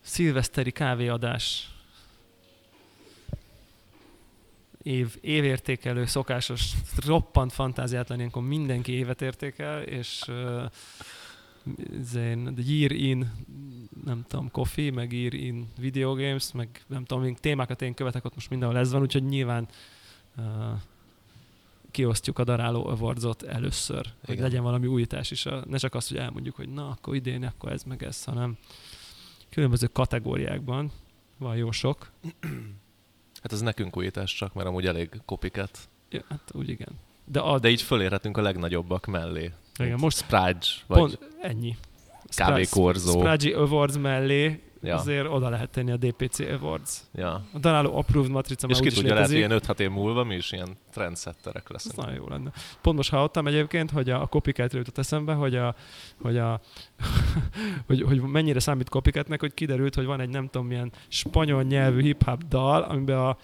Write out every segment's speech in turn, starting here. szilveszteri kávéadás. Év, évértékelő, szokásos, roppant fantáziátlan, ilyenkor mindenki évet értékel, és uh, izén, the year in, nem tudom, coffee, meg year in video games, meg nem tudom, még témákat én követek, ott most mindenhol ez van, úgyhogy nyilván uh, kiosztjuk a daráló awardsot először, Igen. hogy legyen valami újítás is. A, ne csak azt, hogy elmondjuk, hogy na, akkor idén, akkor ez meg ez, hanem különböző kategóriákban van jó sok. Hát ez nekünk újítás csak, mert amúgy elég kopiket. Ja, hát úgy igen. De, a... De így fölérhetünk a legnagyobbak mellé. Igen, most Sprage, vagy pont ennyi. Sprage, Korzó. Sprage Awards mellé ja. azért oda lehet tenni a DPC Awards. Ja. A Danáló Approved matrica És már ki úgy is tudja, lehet, hogy létezik. ilyen 5-6 év múlva mi is ilyen trendsetterek Ez leszünk. nagyon jó lenne. Pont most hallottam egyébként, hogy a, a copycatről jutott eszembe, hogy, a, hogy, a, hogy, hogy mennyire számít copycatnek, hogy kiderült, hogy van egy nem tudom milyen spanyol nyelvű hip-hop dal, amiben a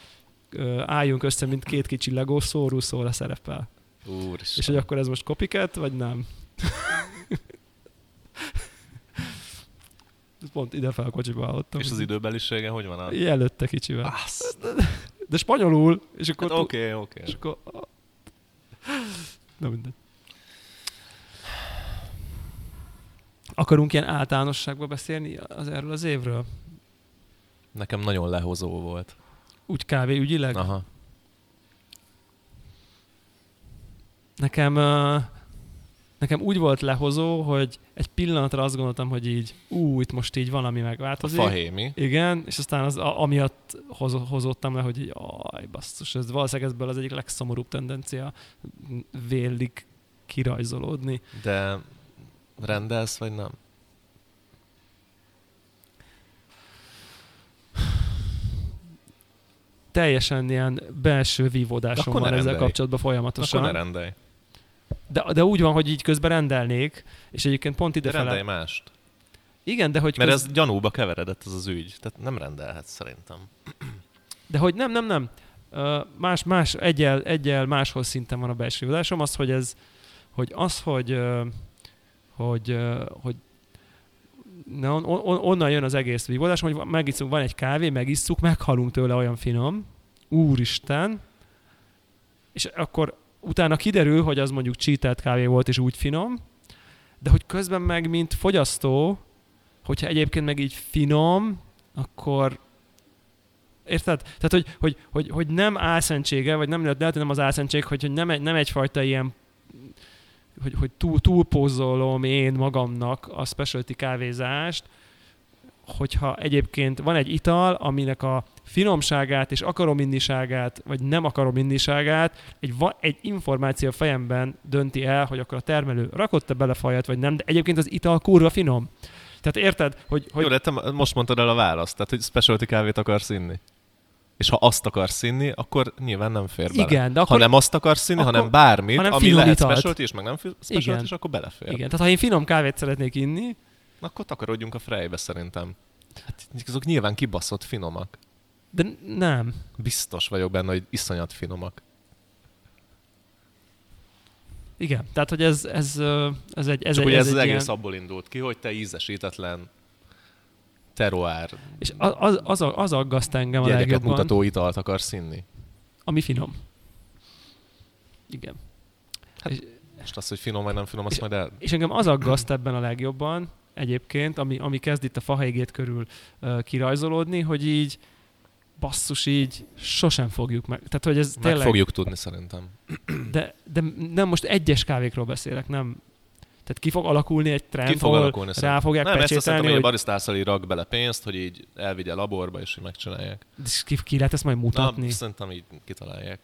ö, álljunk össze, mint két kicsi legó, szórú szóra szerepel. És Úristen. hogy akkor ez most copycat, vagy nem? Pont ide fel a kocsiba hallottam. És az időbelisége hogy van? A... Így Előtte kicsivel. Azt. De spanyolul, és akkor... Hát tud- Oké, oké. És akkor... Na mindegy. Akarunk ilyen általánosságba beszélni az erről az évről? Nekem nagyon lehozó volt. Úgy kávéügyileg? Na. Aha. Nekem, ö, nekem úgy volt lehozó, hogy egy pillanatra azt gondoltam, hogy így, ú, itt most így valami A megváltozik. fahémi. Igen, és aztán az, a, amiatt hoz, hozottam le, hogy így, aj, basszus, ez valószínűleg ezből az egyik legszomorúbb tendencia vélig kirajzolódni. De rendelsz, vagy nem? Teljesen ilyen belső vívódásom Akkor ne van ezzel rendelj. kapcsolatban Akkor ne folyamatosan. rendelj. De, de úgy van, hogy így közben rendelnék, és egyébként pont De rendelj idefele. mást. Igen, de hogy, Mert köz... ez gyanúba keveredett ez az ügy. Tehát nem rendelhetsz szerintem. de hogy nem, nem, nem. Ö, Más, más, egyel, egyel máshol szinten van a belső vívódásom. Az, hogy ez, hogy az, hogy, ö, hogy, ö, hogy Na, on, on, onnan jön az egész vívódás, hogy megiszunk, van egy kávé, megisszuk, meghalunk tőle olyan finom, úristen, és akkor utána kiderül, hogy az mondjuk csítelt kávé volt, és úgy finom, de hogy közben meg, mint fogyasztó, hogyha egyébként meg így finom, akkor Érted? Tehát, hogy, hogy, hogy, hogy nem álszentsége, vagy nem lehet, lehet, hogy nem az álszentség, hogy, hogy nem, egy, nem egyfajta ilyen hogy, hogy túl, túlpózolom én magamnak a specialty kávézást, hogyha egyébként van egy ital, aminek a finomságát és akarom indiságát, vagy nem akarom indiságát, egy, va- egy információ a fejemben dönti el, hogy akkor a termelő rakott-e bele fajat, vagy nem, de egyébként az ital kurva finom. Tehát érted, hogy, Hogy... hogy Jó, de te most mondtad el a választ, tehát hogy specialty kávét akarsz inni. És ha azt akarsz inni, akkor nyilván nem fér bele. igen, de Akkor, akkor ha nem azt akarsz inni, akkor- hanem bármit, hanem hanem ami finom lehet italt. specialty, és meg nem fi- specialty, Igen. és akkor belefér. Igen. Igen, tehát ha én finom kávét szeretnék inni, Akkor takarodjunk a frejbe szerintem. Hát azok nyilván kibaszott finomak. de n- nem. Biztos vagyok benne, hogy iszonyat finomak. Igen, tehát hogy ez, ez, ö, ez egy, ez Ez Csak egy, ugye ez ez, ez az egy egész ilyen... abból indult ki, hogy te ízesítetlen teroár, És a- az, az, a- az aggaszt engem a gyereket legjobban, mutató italt akarsz inni. ami finom. Igen. Hát, Hát- és, Most az, hogy finom vagy nem finom, És- azt majd el... és engem az aggaszt ebben a legjobban egyébként, ami, ami kezd itt a fahégét körül uh, kirajzolódni, hogy így basszus így sosem fogjuk meg. Tehát, hogy ez Meg tényleg... fogjuk tudni szerintem. De, de nem most egyes kávékról beszélek, nem... Tehát ki fog alakulni egy trend, Ki fog hol alakulni rá szerintem. fogják Nem, ezt azt pecsételni, szerintem, hogy a hogy barisztászal így rak bele pénzt, hogy így elvigye laborba, és így megcsinálják. És ki, ki lehet ezt majd Na, mutatni? Na, szerintem így kitalálják.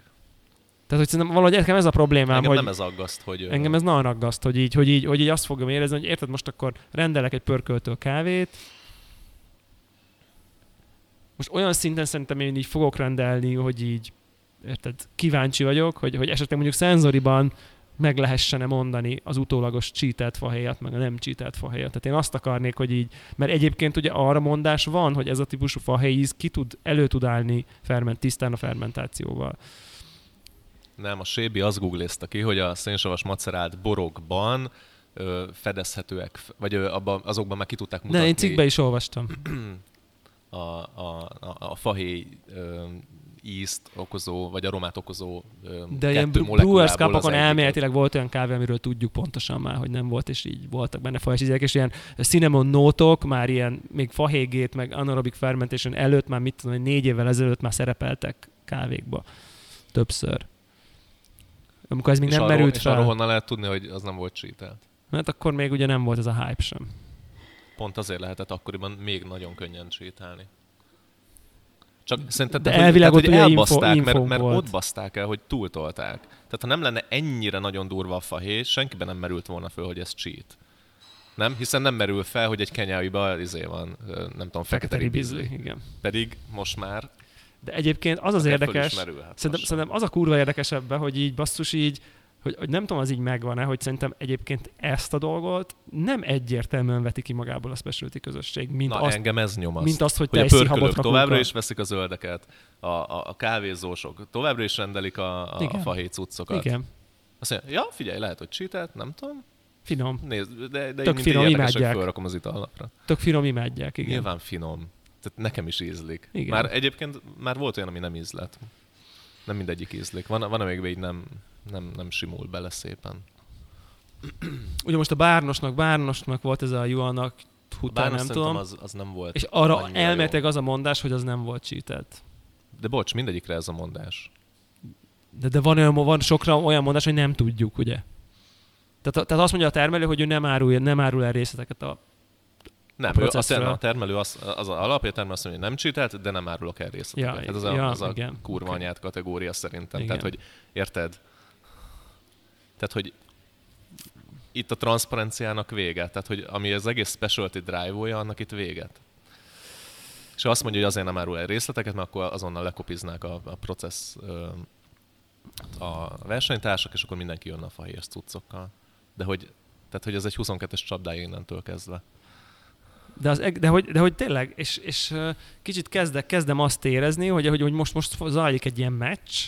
Tehát, hogy szerintem valahogy nekem ez a problémám, Engem hogy nem ez aggaszt, hogy... ö, engem ez nagyon aggaszt, hogy így, hogy így, hogy így azt fogom érezni, hogy érted, most akkor rendelek egy pörköltől kávét, most olyan szinten szerintem én így fogok rendelni, hogy így, érted, kíváncsi vagyok, hogy, hogy esetleg mondjuk szenzoriban meg lehessene mondani az utólagos csítelt fahéjat, meg a nem csítelt fahéjat. Tehát én azt akarnék, hogy így, mert egyébként ugye arra mondás van, hogy ez a típusú fahéj íz ki tud, elő tud állni ferment, tisztán a fermentációval. Nem, a Sébi azt googlézta ki, hogy a szénsavas macerált borokban ö, fedezhetőek, f- vagy ö, abban, azokban már ki tudták mutatni. De én cikkbe is olvastam. a, a, a, a fahéj ö, ízt okozó, vagy aromát okozó ö, De ilyen kettő br- Brewers molekulából az kapokon egyiket. elméletileg volt olyan kávé, amiről tudjuk pontosan már, hogy nem volt, és így voltak benne fajs ízek, és ilyen cinnamon nótok, már ilyen még fahégét, meg anaerobic fermentation előtt, már mit tudom, én, négy évvel ezelőtt már szerepeltek kávékba. Többször. Amikor ez még és nem arról, merült és arról fel, honnan lehet tudni, hogy az nem volt csítelt. mert akkor még ugye nem volt ez a hype sem. Pont azért lehetett akkoriban még nagyon könnyen sétálni. Csak szerintem De tehát, hogy- elvileg tehát, ott hogy ugye info- elbaszták, mert, infónk mert volt. ott baszták el, hogy túltolták. Tehát ha nem lenne ennyire nagyon durva a fahé, senkiben nem merült volna föl, hogy ez cheat. Nem? Hiszen nem merül fel, hogy egy kenyáiba izé van, ö, nem tudom, fekete ribizli. igen. Pedig most már De egyébként az az akár föl érdekes, is merülhet Szerintem, lassan. szerintem az a kurva érdekesebben, hogy így basszus így, hogy, hogy nem tudom, az így megvan-e, hogy szerintem egyébként ezt a dolgot nem egyértelműen veti ki magából a specialty közösség, mint, Na, azt, engem ez nyom azt. mint azt, hogy hogy te a egy pörkölök szihabot továbbra is veszik a zöldeket, a, a, a kávézósok továbbra is rendelik a, a, a Igen. fahé cuccokat. Igen, Azt mondja, ja, figyelj, lehet, hogy csítelt, nem tudom. finom. Nézd, de, de Tök finom, én finom, érdekesek imádják. felrakom az itallapra. Tök finom, imádják, igen. Igen. Nyilván finom. Tehát nekem is ízlik. Igen. Igen. Már egyébként már volt olyan, ami nem ízlet. Nem mindegyik ízlik. Van, van amelyikben így nem, nem, nem simul bele szépen. Ugye most a bárnosnak, bárnosnak volt ez a juannak, Bár hután nem tudom. Az az, az nem volt. és arra annyira jó. elméletileg az a mondás, hogy az nem volt cheated. De bocs, mindegyikre ez a mondás. De, de van, olyan, van sokra olyan mondás, hogy nem tudjuk, ugye? Tehát, tehát azt mondja a termelő, hogy ő nem árul, nem árul el részleteket a Nem, A a, ő, a, processzről. termelő, a termelő az, az a alapja, a termelő azt mondja, hogy nem csítelt, de nem árulok el részleteket. Ja, Ja, ez az a, ja, ja, az a igen. kurva Oké. okay. anyád kategória szerintem. Igen. Igen. Tehát, hogy érted? Tehát, hogy itt a transzparenciának vége. Tehát, hogy ami az egész specialty drive-olja, annak itt véget. És ha azt mondja, hogy azért nem árul el részleteket, mert akkor azonnal lekopiznák a, a processz ö, a versenytársak, és akkor mindenki jönne a fahéjas cuccokkal. De hogy, tehát, hogy ez egy 22-es csapdája innentől kezdve. De, az, eg- de, hogy, de hogy tényleg, és, és ö, kicsit kezdek, kezdem azt érezni, hogy, hogy, hogy most, most zajlik egy ilyen meccs,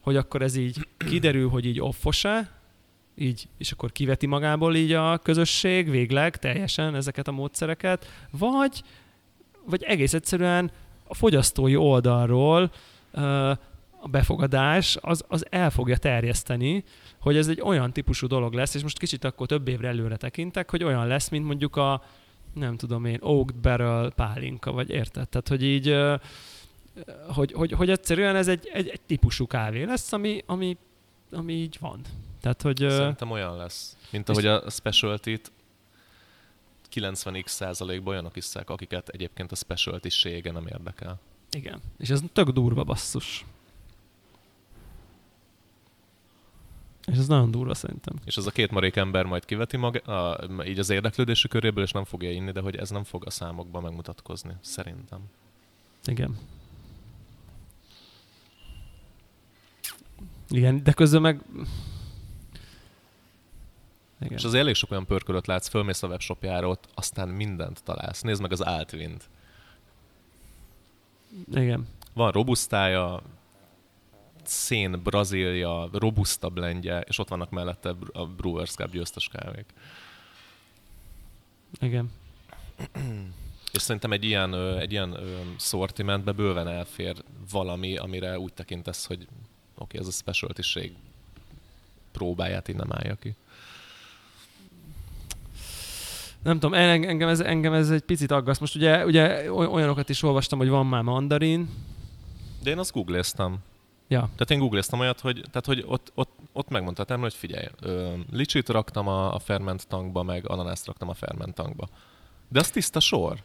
hogy akkor ez így kiderül, hogy így offos-e, így, és akkor kiveti magából így a közösség végleg teljesen ezeket a módszereket, vagy, vagy egész egyszerűen a fogyasztói oldalról ö, a befogadás az, az el fogja terjeszteni, hogy ez egy olyan típusú dolog lesz, és most kicsit akkor több évre előre tekintek, hogy olyan lesz, mint mondjuk a, nem tudom én, oak barrel pálinka, vagy érted? Tehát, hogy így, ö, hogy, hogy, hogy egyszerűen ez egy, egy, egy típusú kávé lesz, ami, ami, ami így van. Tehát, hogy... ö, Szerintem olyan lesz, mint ahogy a specialty 90x százalékban olyanok iszák, akiket egyébként a specialty sége nem érdekel. Igen. És ez tök durva basszus. És ez nagyon durva szerintem. És az a két marék ember majd kiveti maga, a, így az érdeklődési köréből, és nem fogja inni, de hogy ez nem fog a számokban megmutatkozni, szerintem. Igen. Igen, de közben meg... Igen. És az elég sok olyan pörkölöt látsz, fölmész a webshopjára, ott aztán mindent találsz. Nézd meg az Altwind. Igen. Van robusztája, szén, Brazília, robusta blendje, és ott vannak mellette br- a Brewers Cup győztes kávék. Igen. És szerintem egy ilyen, ö, egy ilyen ö, szortimentbe bőven elfér valami, amire úgy tekintesz, hogy oké, ez a specialtiség próbáját így nem állja ki. Nem tudom, en- engem ez, engem ez egy picit aggaszt. Most ugye, ugye oly- olyanokat is olvastam, hogy van már mandarin. De én azt googleztem. Ja, Tehát én googleztem olyat, hogy, tehát, hogy ott, ott, ott megmondta a termelő, hogy figyelj, ö, licsit raktam a, a ferment tankba, meg ananászt raktam a ferment tankba. De az tiszta sor.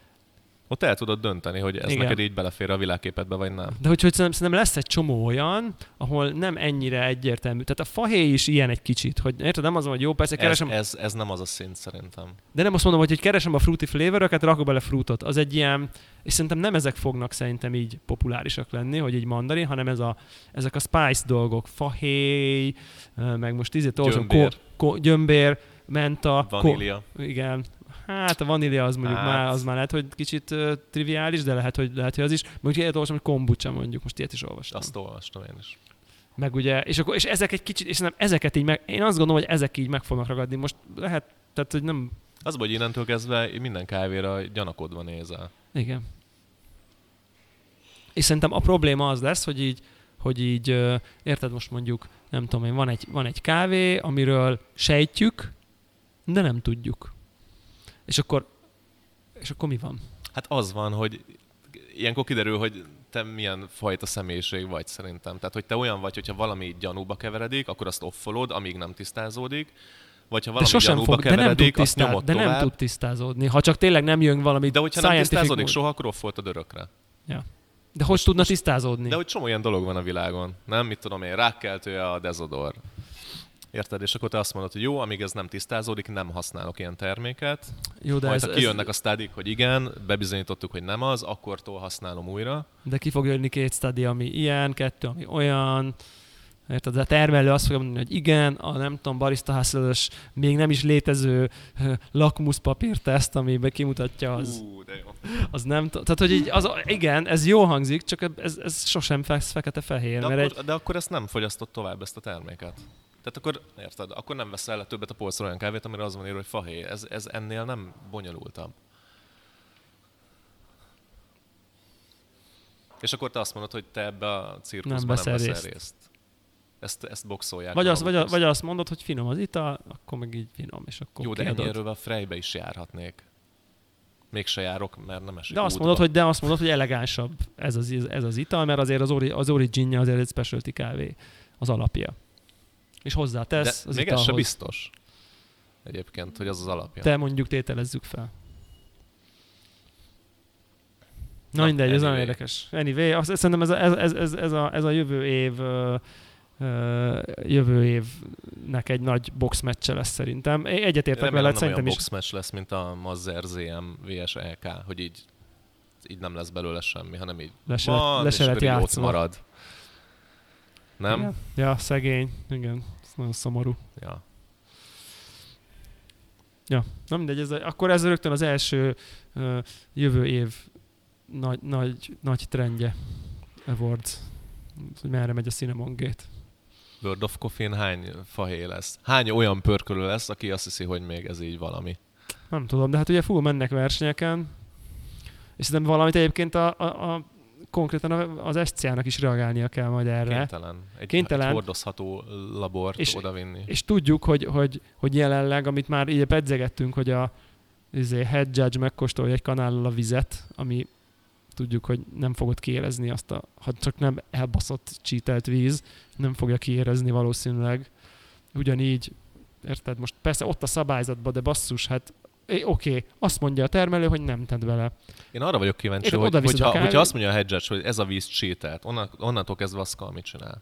Ott el tudod dönteni, hogy ez Igen. Igen. neked így belefér a világképedbe, vagy nem. De hogy, hogy szerintem, szerintem lesz egy csomó olyan, ahol nem ennyire egyértelmű. Tehát a fahéj is ilyen egy kicsit, hogy érted, nem az, van, hogy jó, persze Ez, e- keresem, ez, ez, nem az a szint szerintem. de nem azt mondom, hogy, hogy keresem a fruity flavoröket, rakok bele frutot. Az egy ilyen, és szerintem nem ezek fognak szerintem így populárisak lenni, hogy így mandarin, hanem ez a, ezek a spice dolgok, fahéj, ö, meg most ízét olvasom, Gyömbér. Ko, ko, gyömbér, menta, ko, Vanília. igen. Hát a vanília az mondjuk hát. Hát. már, az már lehet, hogy kicsit uh, triviális, de lehet, hogy lehet, hogy az is. Mondjuk ilyet olvasom, hogy kombucha mondjuk, most ilyet is olvastam. Azt olvastam én is. Meg ugye, és, akkor, és ezek egy kicsit, és nem ezeket így meg, én azt gondolom, hogy ezek így meg fognak ragadni. Most lehet, tehát hogy nem, Az, hogy innentől kezdve minden kávéra gyanakodva nézel. igen. és szerintem a probléma az lesz, hogy így, hogy így, ö, érted most mondjuk, nem tudom én, van egy, van egy kávé, amiről sejtjük, de nem tudjuk. És akkor, és akkor mi van? Hát az van, hogy ilyenkor kiderül, hogy te milyen fajta személyiség vagy szerintem. Tehát, hogy te olyan vagy, hogyha valami gyanúba keveredik, akkor azt offolod, amíg nem tisztázódik. Vagy De ha valami sosem gyanúba fog, de nem, tud keveredik, azt tisztáz, nyomod de nem tovább. tud tisztázódni. Ha csak tényleg nem jön valami de hogyha nem scientific tisztázódik mód. soha, akkor offoltad örökre. De hogy tudna tisztázódni? De hogy csomó ilyen dolog van a világon. Nem, mit tudom én, rákkeltő a dezodor. Érted? És akkor te azt mondod, hogy jó, amíg ez nem tisztázódik, nem használok ilyen terméket. Jó, De de, Majd ez, ez, ha ez, kijönnek a stádik, hogy igen, bebizonyítottuk, hogy nem az, akkortól használom újra. de ki fog jönni két study, ami ilyen, kettő, ami olyan. Érted? De a termelő azt fogja mondani, hogy igen, a nem tudom, barista hustle-ös, még nem is létező ö, lakmuszpapír teszt, amiben kimutatja az, Ú, de jó. az nem tudom. Tehát, hogy így, az, igen, ez jó hangzik, csak ez, ez sosem feksz fekete-fehér, De mert akkor, egy, egy... de akkor ezt nem fogyasztott tovább, ezt a terméket. Tehát akkor, érted, akkor nem veszel le többet a polcról olyan kávét, amire az van írva, hogy fahéj. Ez, ez ennél nem bonyolultabb. És akkor te azt mondod, hogy te ebbe a cirkuszban nem veszel, veszel nem veszel részt. részt. Ezt, ezt boxolják. vagy, azt, maguk vagy, a- közt. vagy azt mondod, hogy finom az ital, akkor meg így finom, és akkor Jó, de kiadod. ennyiről a Frejbe is járhatnék. Még se járok, mert nem esik De azt útba. mondod, hogy de azt mondod, hogy elegánsabb ez az, ez az ital, mert azért az, ori, az originja azért egy specialty kávé, az alapja. És de hozzátesz az még ez se italhoz. biztos. Egyébként, hogy az az alapja. Te mondjuk tételezzük fel. Na, Na, Na mindegy, ez nagyon anyway. érdekes. Anyway, azt, szerintem ez a, ez, ez, ez, ez, a, ez a jövő év ö, ö, jövő évnek egy nagy boxmeccse lesz szerintem. Én Egyetértek Remélem veled, nem olyan szerintem is. boxmatch lesz, mint a Mazzer ZM vs EK, E hogy így, így nem lesz belőle semmi, hanem így Leselet- van, és leselet akkor így ott játszma. marad. Nem? Igen. Ja, szegény. Igen, ez nagyon szomorú. Ja. Na mindegy, ez, a- akkor ez rögtön az első ö, jövő év nagy, nagy, nagy trendje Awards. Hogy merre megy a Cinnamon Gate. World of Coffee-n hány fahé lesz? Hány olyan pörkölő lesz, aki azt hiszi, hogy még ez így valami? Nem tudom, de hát ugye full mennek versenyeken, és szerintem valamit egyébként a, a, a konkrétan a- az SCA-nak is reagálnia kell majd erre. Kénytelen. Egy, Kénytelen. egy hordozható labort És- és, odavinni. És tudjuk, hogy, hogy, hogy jelenleg, amit már így pedzegettünk, hogy a izé, head judge megkóstolja egy kanállal a vizet, ami tudjuk, hogy nem fogod kiérezni azt a, ha csak nem elbaszott csítelt víz, nem fogja kiérezni valószínűleg. Ugyanígy, érted? Most persze ott a szabályzatban, de basszus, hát é, oké, okay, azt mondja a termelő, hogy nem tedd vele. Én arra vagyok kíváncsi, Érted, hogy, oda viszed a hogyha, kávé- hogyha azt mondja a hedge hogy ez a víz sétált, onnan, onnantól kezdve Aszkal mit csinál?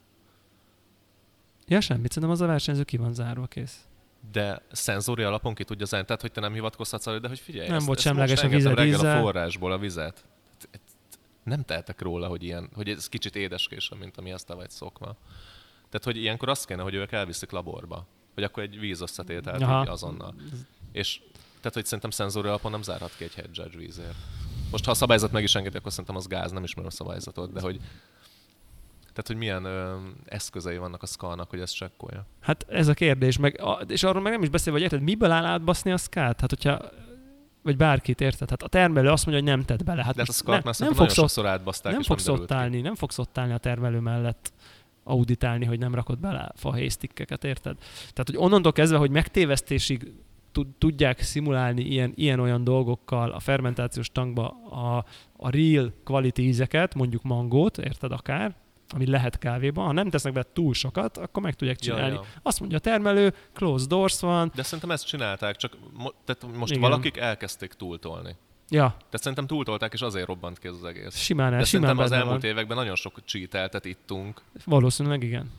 Ja, semmit, szerintem az a versenyző ki van zárva, kész. de szenzori alapon ki tudja zárni. Tehát, hogy te nem hivatkozhatsz elő, de hogy figyelj, Nem ezt, volt ezt most semleges a engedtem vized reggel íze. a forrásból a vizet. Hát, Nem tehetek róla, hogy, ilyen, hogy ez kicsit édeskésebb, mint ami azt vagy szokva. Tehát, hogy ilyenkor azt kéne, hogy ők elviszik laborba. Hogy akkor egy víz összetételt Aha. így azonnal. És tehát, hogy szerintem szenzori alapon nem zárhat ki egy head judge vízért. Most, ha a szabályzat meg is engedi, akkor szerintem az gáz, nem ismerem a szabályzatot, de hogy tehát, hogy milyen ö, eszközei vannak a szkalnak, hogy ezt csekkolja. Hát ez a kérdés, meg, a, és arról meg nem is beszélve, hogy érted, miből áll átbaszni a skát? Hát hogyha, vagy bárkit, érted? Hát a termelő azt mondja, hogy nem tedd bele. Hát De hát a most szkalt ne, már nem szerintem nagyon fogsz, ott, sokszor átbaszták, nem és nem fogsz derült ott ki. állni, nem fogsz ott állni a termelő mellett auditálni, hogy nem rakod bele fahésztikkeket, érted? Tehát, hogy onnantól kezdve, hogy megtévesztésig tud- tudják szimulálni ilyen, ilyen-olyan dolgokkal a fermentációs tankba a, a real quality ízeket, mondjuk mangót, érted akár, ami lehet kávéban, ha nem tesznek be túl sokat, akkor meg tudják Ja, csinálni. ja. Azt mondja a termelő, closed doors van. De szerintem ezt csinálták, csak mo- tehát most Igen. Igen. valakik elkezdték túltolni. Ja, Tehát szerintem túltolták, és azért robbant ki ez az egész. simán el, De simán szerintem az benne elmúlt van. években nagyon sok cheateltet ittunk, Valószínűleg igen.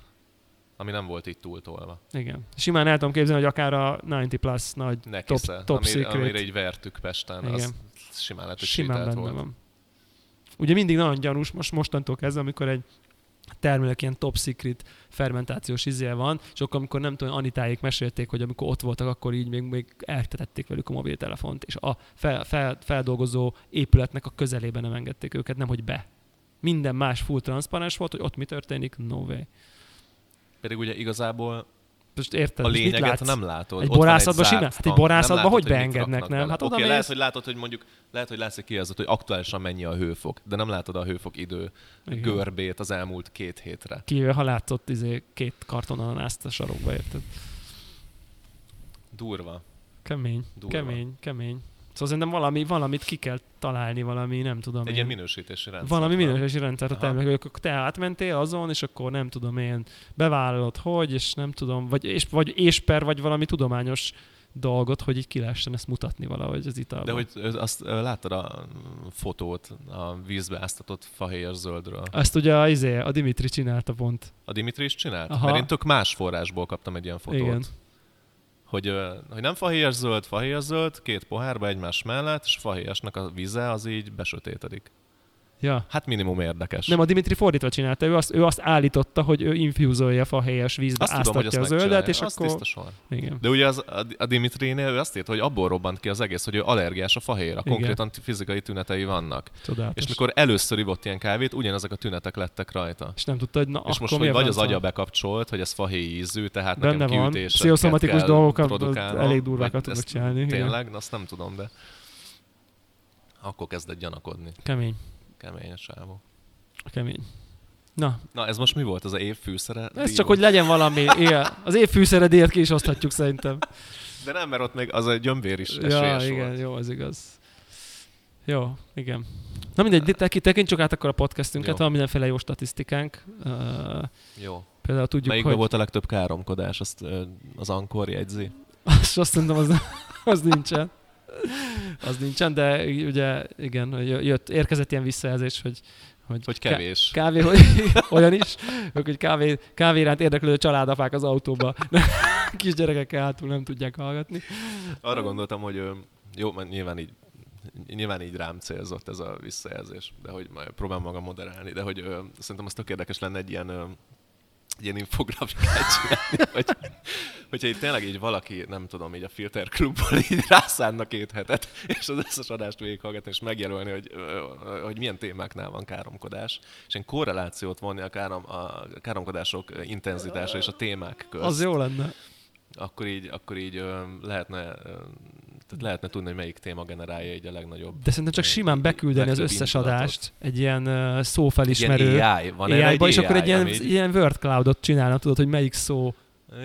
ami nem volt így túltolva. Igen. Simán el tudom képzelni, hogy akár a 90 plus nagy Neki top, se, top amire, secret amire így vertük Pesten, Igen. az Igen. simán lett, hogy simán cheatelt benne volt. van. Ugye mindig nagyon gyanús, most mostantól kezdve, amikor egy termelők ilyen top secret fermentációs izél van, és akkor, amikor nem tudom, Anitáék mesélték, hogy amikor ott voltak, akkor így még, még eltetették velük a mobiltelefont, és a fel, fel, feldolgozó épületnek a közelében nem engedték őket, nem hogy be. Minden más full transzparens volt, hogy ott mi történik, no way. Pedig ugye igazából most érted? a most mit lényeget látsz? nem látod. Egy Ott van borászatban zárt simán? Hát egy tank. borászatban Nem látod, hogy mit beengednek, raknak nem? bele. Hát Oké, oda lehet, mész- hogy látod, hogy mondjuk lehet, hogy látszik kijelzőt, hogy aktuálisan mennyi a hőfok, de nem látod a hőfok idő Igen. görbét az elmúlt két hétre. Kivéve, ha látszott izé, két karton ananászt a sarokba, érted? Durva. Kemény, Durva. kemény, kemény. Szóval szerintem valami, valamit ki kell találni, valami, nem tudom Egy én. ilyen minősítési rendszer. Valami minőségi rendszer, Aha. tehát hogy akkor te átmentél azon, és akkor nem tudom én, bevállalod hogy, és nem tudom, vagy, és, vagy és per, vagy valami tudományos dolgot, hogy így ki lehessen ezt mutatni valahogy az italban. De hogy ö, azt ö, láttad a mm, fotót a vízbe áztatott fahéjas zöldről? Azt ugye a, izé, a Dimitri csinálta pont. A Dimitri is csinált? Aha. Aha. Mert én tök más forrásból kaptam egy ilyen fotót. Igen. Igen. Hogy, ö, hogy nem fahéjas zöld, fahéjas zöld, két pohárba egymás mellett, és fahéjasnak a vize az így besötétedik. Ja. Hát minimum érdekes. Nem, a Dimitri fordítva csinálta, ő azt, ő azt állította, hogy ő infúzolja fahelyes vízbe, azt tudom, hogy azt áztatja a zöldet, és az akkor... tiszta sor. Igen. De ugye az, a- a Dimitrinél ő azt írt, hogy abból robbant ki az egész, hogy ő allergiás a fahéjra, Igen. konkrétan t- fizikai tünetei vannak. Csodálatos. És mikor először ívott ilyen kávét, ugyanezek a tünetek lettek rajta. és nem tudta, hogy na És akkor most, hogy miért vagy van az szar? agya bekapcsolt, hogy ez fahéj ízű, tehát Benne Hát nekem van. kiütéseket Pszichoszomatikus kell dolgokat, az produkálnom, elég durvákat vagy tudok ezt csinálni, igen. Tényleg? Na, azt nem tudom, de akkor kezdett gyanakodni. Kemény, Kemény a sávó. kemény. Na, Na, ez most mi volt? Az a év fűszere? ez Díjú. csak, hogy legyen valami. Igen. Az év fűszere díjat ki is oszthatjuk szerintem. De nem, mert ott még az a gyömbér is Ja, esélyes igen, volt. jó, az igaz. Jó, igen. Na mindegy, de teki- tekintsük át akkor a podcastünket, Jó. van mindenféle jó statisztikánk. Uh, Jó. például tudjuk, Melyikben hogy... volt a legtöbb káromkodás? Azt ö, az Ankor jegyzi. Azt, azt szerintem az, az nincsen. Az nincsen, de ugye igen, hogy jött, érkezett ilyen visszajelzés, hogy, hogy, Hogy ká- kevés. Kávé, hogy olyan is, meg hogy kávé, kávé iránt érdeklődő családapák az autóba. Kisgyerekek hátul nem tudják hallgatni. Arra gondoltam, hogy ö, jó, mert nyilván így nyilván így rám célzott ez a visszajelzés, de hogy majd próbálom magam moderálni, de hogy ö, szerintem az tök érdekes lenne egy ilyen, ö, egy ilyen infografikát csinálni, hogy, hogyha így tényleg így valaki, nem tudom, így a Filter Klubból így rászánna két hetet, és az összes adást végighallgatni, és megjelölni, hogy, ö, ö, hogy milyen témáknál van káromkodás, és ilyen korrelációt vonni a, károm, a káromkodások intenzitása és a témák közt Az jó lenne. akkor így, akkor így ö, lehetne, ö, tehát lehetne tudni, hogy melyik téma generálja így a legnagyobb. De szerintem csak simán beküldeni az Legtöbb összes indulatot. adást egy ilyen uh, szófelismerő Ilyen AI, van erre AI-ba, egy és akkor egy ilyen, ami így- ilyen word cloudot csinálna, tudod, hogy melyik szó,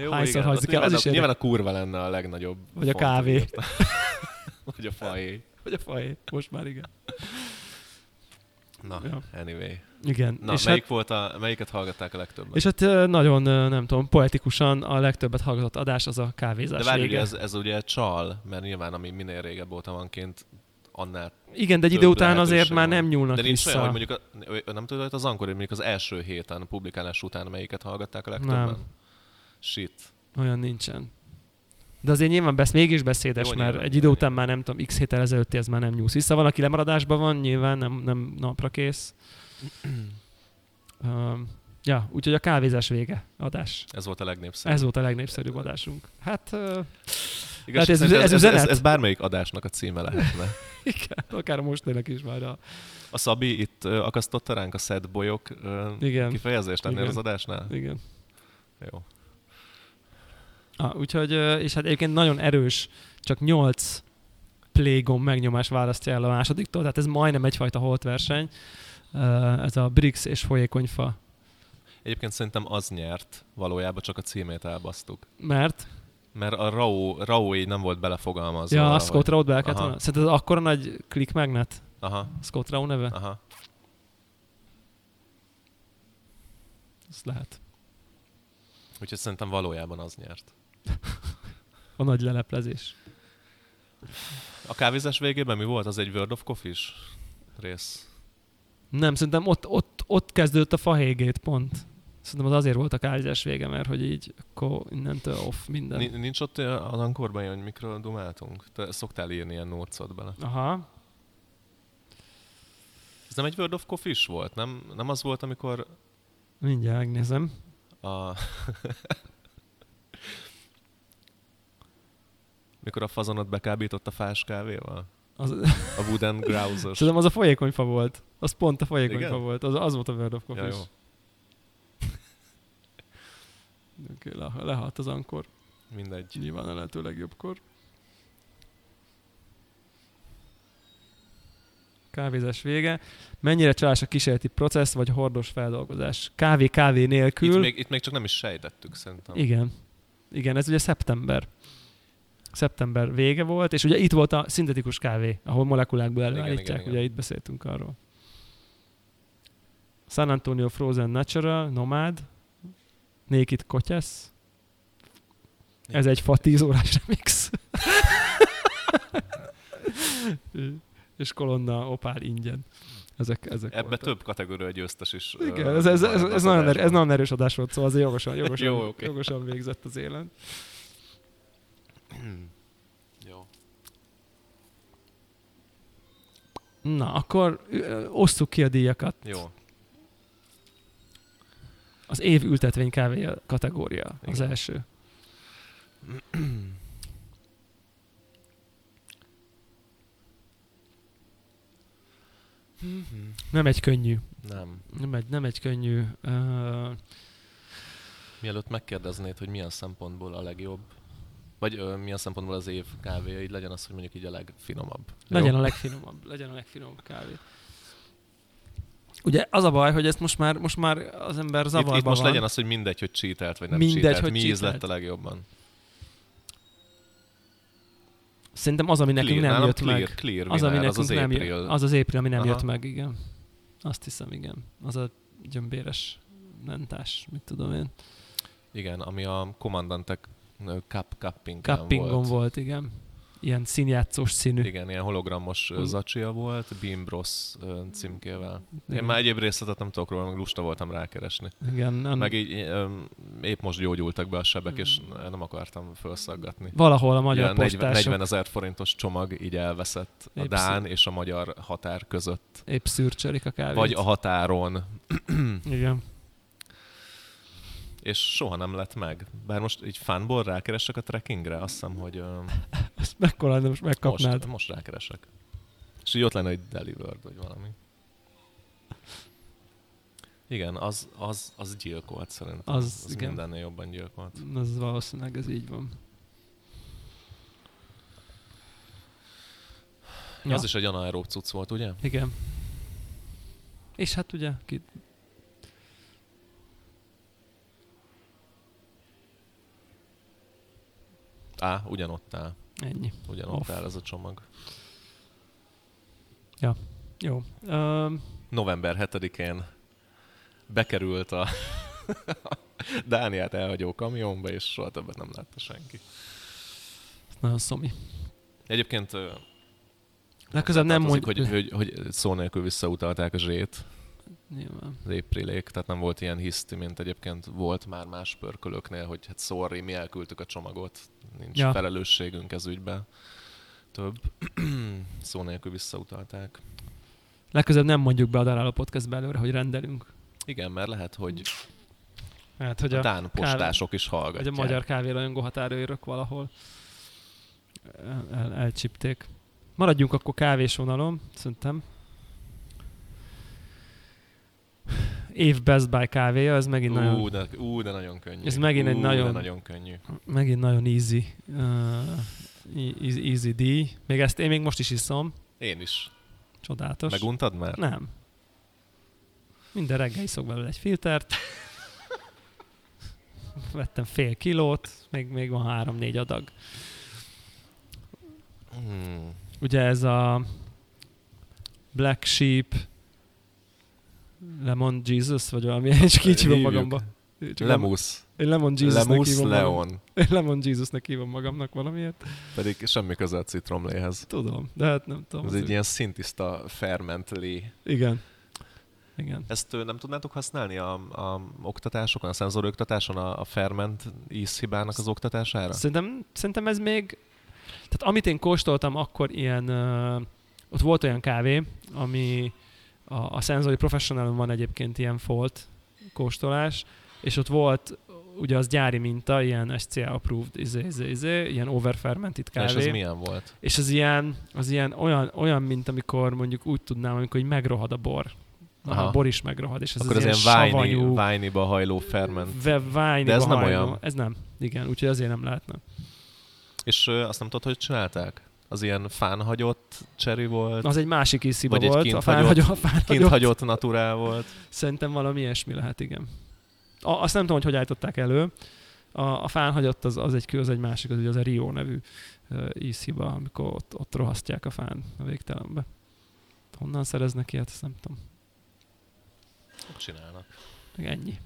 Jó, hányszor igen, hangzik ott el, az nyilván is a, érdekes. nyilván a kurva lenne a legnagyobb. Vagy a font, kávé. amit írtam. Vagy a fajé. hogy a faj, most már igen. Na, Ja. anyway. Igen, Na, és, melyik hát, volt a, melyiket hallgatták a legtöbbet? és hát ö, nagyon, ö, nem tudom, poetikusan a legtöbbet hallgatott adás az a kávézás De várj, vége. ugye ez, ez ugye csal, mert nyilván ami minél régebb óta van kint, annál Igen, de egy idő több után lehetőség azért már van. nem nyúlnak De nincs vissza. olyan, hogy mondjuk, a, ö, nem tudod, hogy az ankor, hogy mondjuk az első héten, a publikálás után melyiket hallgatták a legtöbben? Nem. Shit. Olyan nincsen. De azért nyilván besz, mégis beszédes, Jó, mert nyilván, egy idő után nyilván. már nem tudom, x héttel ezelőtti ez már nem nyúlsz vissza. Van, aki lemaradásban van, nyilván nem, nem napra kész. um, ja, úgyhogy a kávézás vége adás. Ez volt a legnépszerűbb. Ez volt a legnépszerűbb adásunk. Hát uh, Igaz, Tehát ez- ez, ez, ez ez, ez, üzenet? ez, ez, bármelyik adásnak a címe lehetne. igen, akár most tényleg is már. A, A Szabi itt ö, akasztotta ránk a szedbolyok ö, igen, kifejezést ennél Igen. az adásnál? igen. Jó. Ah, úgyhogy, ö, és hát egyébként nagyon erős, csak 8 plégom megnyomás választja el a másodiktól, tehát ez majdnem egyfajta holtverseny. Ö, Ez a BRICS és folyékonyfa. Egyébként szerintem az nyert, valójában csak a címét elbasztuk. Mert, Mert a RAO, RAO így nem volt belefogalmazva. ja, a valahogy. Scott Rowe-t be kellett Aha. volna. Szerinted az akkora nagy klik magnet? Aha, Scott Rowe neve? aha. Ez lehet. Úgyhogy szerintem valójában az nyert. A nagy leleplezés. A kávézás végében mi volt? Az egy World of Coffee-s rész. Nem, szerintem ott, ott, ott kezdődött a fahégét pont. Szerintem az azért volt a kávézás vége, mert hogy így akkor innentől off minden. Ni- Nincs ott ö, az ankorban ilyen, hogy mikről dumáltunk? Te szoktál írni ilyen nócot bele. Aha. Ez nem egy World of Coffee is volt? Nem, nem az volt, amikor Mindjárt megnézem. a... mikor a fazonot bekábított a fás kávéval? Az, A wooden grousers. Szerintem az a folyékonyfa volt. Az pont a folyékonyfa Igen? volt. Az, az volt a World of Coffee. Ja, jó. Oké, le, lehalt az ankor. Mindegy. Nyilván a lehető legjobbkor. Kávézás vége. Mennyire csalás a kísérleti processz, vagy hordós feldolgozás? Kávé-kávé nélkül. Itt még, itt még csak nem is sejtettük szerintem. Igen. Igen, ez ugye szeptember. Szeptember vége volt, és ugye itt volt a szintetikus kávé, ahol molekulákból Igen, igen, előállítják, igen, igen, igen. ugye itt beszéltünk arról. San Antonio Frozen Natural, Nomad, Naked Kotyesz, ez egy fa 10 órás remix. és kolonna opál ingyen. Ezek, ezek Ebbe voltak. több kategória győztes is. ö, Igen, ez, ez, ez, van ez, az nagyon, erős, adásban. ez nagyon erős adás volt, szóval azért jogosan, jogosan, Jó, oké. jogosan végzett az élen. Jó. Na, akkor ö, osszuk ki a díjakat. Jó. Az év ültetvény kávé kategória az Igen. első. Nem egy könnyű, Nem. nem egy, nem egy könnyű ö, Mielőtt megkérdeznéd, hogy milyen szempontból a legjobb, vagy ö, milyen szempontból az év kávéja, így legyen az, hogy mondjuk így a legfinomabb. Legyen Jó? a legfinomabb, legyen a legfinomabb kávé. Ugye az a baj, hogy ezt most már, most már az ember itt, zavarban itt most van. legyen az, hogy mindegy, hogy csítelt, vagy nem Mindegy, csítelt. hogy Mi íz cheatelt. lett a legjobban? Szerintem az, ami nekünk clear, nem nálam jött clear, meg. Clear, Az, az, ami vinár, az nekünk az nem April. jött. Az az April, ami nem Aha. jött meg, igen. Azt hiszem, igen. Az a gyömbéres mentás, mit tudom én. Igen, ami a Commandantek ö, cup, cuppingen Kappingon volt. volt. volt, igen. Ilyen színjátszós színű. Igen, ilyen hologramos ö, Az- zacsia volt, Beam Bros ö, címkével. Én Igen. már egyéb részletet nem tudok róla, meg lusta voltam rákeresni. igen an... Meg így öm, épp most gyógyultak be a sebek, és Mhm. nem akartam felszaggatni. Valahol a magyar Ilyen 40, postások 40 ezer forintos csomag így elveszett a Épp Dán és a magyar határ között. épp szürcselik a kávét. Vagy a határon, Igen. és soha nem lett meg. Bár most így fánból rákeresek a trekkingre, azt hiszem, hogy öm, Ezt mekkora, de most megkapnád. most, most rákeresek. És így ott lenne, hogy Delivered, vagy valami. Igen, az, az, az gyilkolt szerintem. Az- az igen. mindennél jobban gyilkolt. Az valószínűleg ez így van. Ja. Ja. Az is egy anaerób cucc volt, ugye? Igen. És hát ugye, ki... Á, ugyanott áll. ennyi. Ugyanott Off. áll ez a csomag. Jó. Öm, November 7-én bekerült a Dániát elhagyó kamionba, és soha többet nem látta senki. ez nagyon szomi. Egyébként ö, Legközelebb nem tartozik, mondjuk... Hogy... hogy, hogy, hogy szó nélkül visszautalták a zsét. Nyilván. az éprilék, tehát nem volt ilyen hiszti, mint egyébként volt már más pörkölöknél, hogy hát sorry, mi elküldtük a csomagot, nincs Ja. ja. felelősségünk ez ügyben. Több szó nélkül visszautalták. Legközelebb nem mondjuk be a Daráló Podcastbe előre, hogy rendelünk. Igen, mert lehet, hogy Hát, hogy a a, dán postások is hogy hallgatják. a magyar kávérajongó határőrök valahol el, el, elcsipték. Maradjunk akkor kávés vonalon, szerintem. Év Best Buy kávéja, ez megint nagyon... Ú, de, ú, de nagyon könnyű. Ez megint egy Ú, nagyon- De nagyon könnyű. Megint nagyon easy, uh, easy, easy díj. Még ezt én még most is iszom. Én is. Csodálatos. Meguntad már? Nem. Minden reggel iszok belőle egy filtert. Vettem fél kilót, még, még van három-négy adag. Hmm. Ugye ez a Black Sheep, Lemon Jesus, vagy valami, és kicsivom Hívjuk. magamba. Csak Lemusz. Én Lemon Jesusnek Lemusz hívom magam. Leon. Én Lemon Jesusnek hívom magamnak valamiért. Pedig semmi köze a citromléhez. Tudom, de hát nem tudom. Ez az egy ilyen szintiszta ferment lé. Igen. Igen. Ezt ö, nem tudnátok használni a, a oktatásokon, a szenzoroktatáson, a, a ferment ízhibának az oktatására? Szerintem, szerintem ez még... Tehát amit én kóstoltam, akkor ilyen... Uh, ott volt olyan kávé, ami a, a Sensory Professional van egyébként ilyen folt kóstolás, és ott volt ugye az gyári minta, ilyen SCA approved, izé, izé, izé, ilyen overfermented Kávé. kávé. És az milyen volt? És az ilyen, az ilyen olyan, olyan, mint amikor mondjuk úgy tudnám, amikor így megrohad a bor. Aha. a bor is megrahad, és ez Akkor az, ilyen ilyen vájni, savanyú, vájniba hajló ferment. vájni, De ez nem olyan. Ez nem, igen, úgyhogy azért nem lehetne. És ö, azt nem tudod, hogy csinálták? Az ilyen fánhagyott cseri volt, Az egy másik isziba Hát Vagy egy volt, kint a fárhagyó, a fárhagyó. kint hagyott naturál volt. Szerintem valami ilyesmi lehet, igen. A, azt nem tudom, hogy hogy állították elő. A, a fán hagyott, az, az, egy, kül- az egy másik, az, ugye az a Rio nevű uh, ízhiba, amikor ott, ott rohasztják a fán a végtelenbe. Honnan szereznek ilyet, azt nem tudom. Hogy Csinálnak. Meg ennyi.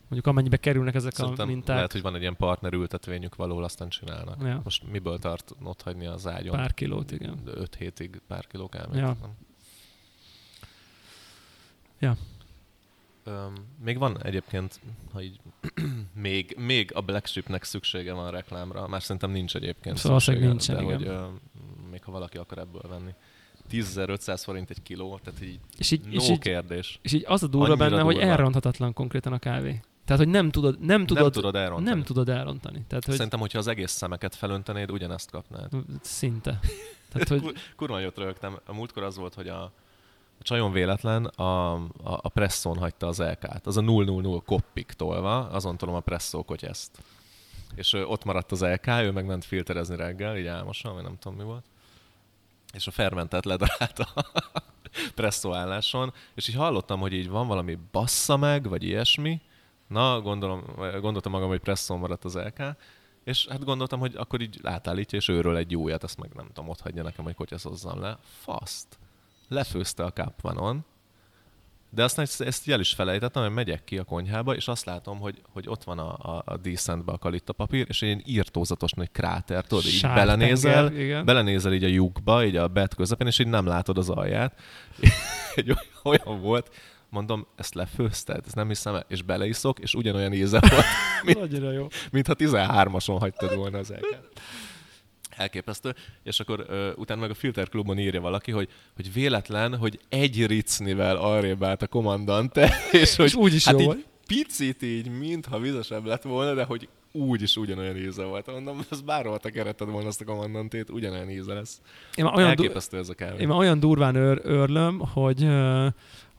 Mondjuk amennyibe kerülnek ezek a Szerintem minták, lehet, hogy van egy ilyen partnerültetvényük valahol, aztán csinálnak. ja, Most miből tart ott hagyni az ágyon? pár kilót, igen. 5 hétig pár kiló Ja. elmegy. Ja. Öm, még van egyébként, ha így még, még a Black Sheepnek szüksége van reklámra, már szerintem nincs egyébként Szóval szüksége, nincsen, de igen. hogy öm, még ha valaki akar ebből venni. 10.500 forint egy kiló, tehát így És így, no és így, kérdés. és így az a durva Annyira benne, hogy durva. elronthatatlan konkrétan a kávé. Tehát, hogy nem tudod, nem tudod, nem tudod elrontani. nem tudod elrontani. Tehát, hogy Szerintem, hogyha az egész szemeket felöntenéd, ugyanezt kapnád. szinte. Tehát, hogy Kur- Kurva nagyot röhögtem. A múltkor az volt, hogy a, a csajon véletlen a, a, a presszón hagyta az LK-t. Az a 000 koppik tolva, azon tolom a presszó kotyeszt. És ö, ott maradt az LK, ő meg ment filterezni reggel, így álmosan, vagy nem tudom mi volt. És a fermentet ledarálta a presszó álláson, és így hallottam, hogy így van valami bassza meg, vagy ilyesmi. Na, gondolom, gondoltam magam, hogy presszón maradt az LK, és hát gondoltam, hogy akkor így átállítja, és őről egy újat, azt meg nem tudom, ott hagyja nekem, hogy kotyaszozzam le. Faszt! Lefőzte a Capvanon, de aztán ezt, ezt el is felejtettem, hogy megyek ki a konyhába, és azt látom, hogy, hogy ott van a, a, a díszentbe a kalitta papír, és egy ilyen írtózatos nagy kráter, tudod, így Sártenger, belenézel, igen. belenézel így a lyukba, így a bed közepén, és így nem látod az alját. egy olyan volt, mondom, ezt lefőzted, ezt nem hiszem el, és beleiszok, és ugyanolyan íze volt, mi- annyira jó. mintha 13-ason hagytad volna az elkát. Elképesztő. És akkor ö, utána meg a Filter Klubon írja valaki, hogy, hogy véletlen, hogy egy ricnivel arrébb állt a kommandante, és hogy És úgy is hát jó így volt. picit így, mintha vizesebb lett volna, de hogy úgy is ugyanolyan íze volt. Mondom, ez bárhol te keretted volna azt a kommandantét, ugyanolyan íze lesz. Én már Olyan olyan, du- Elképesztő ez a kávé. én már olyan durván őr- örlöm, hogy, ö,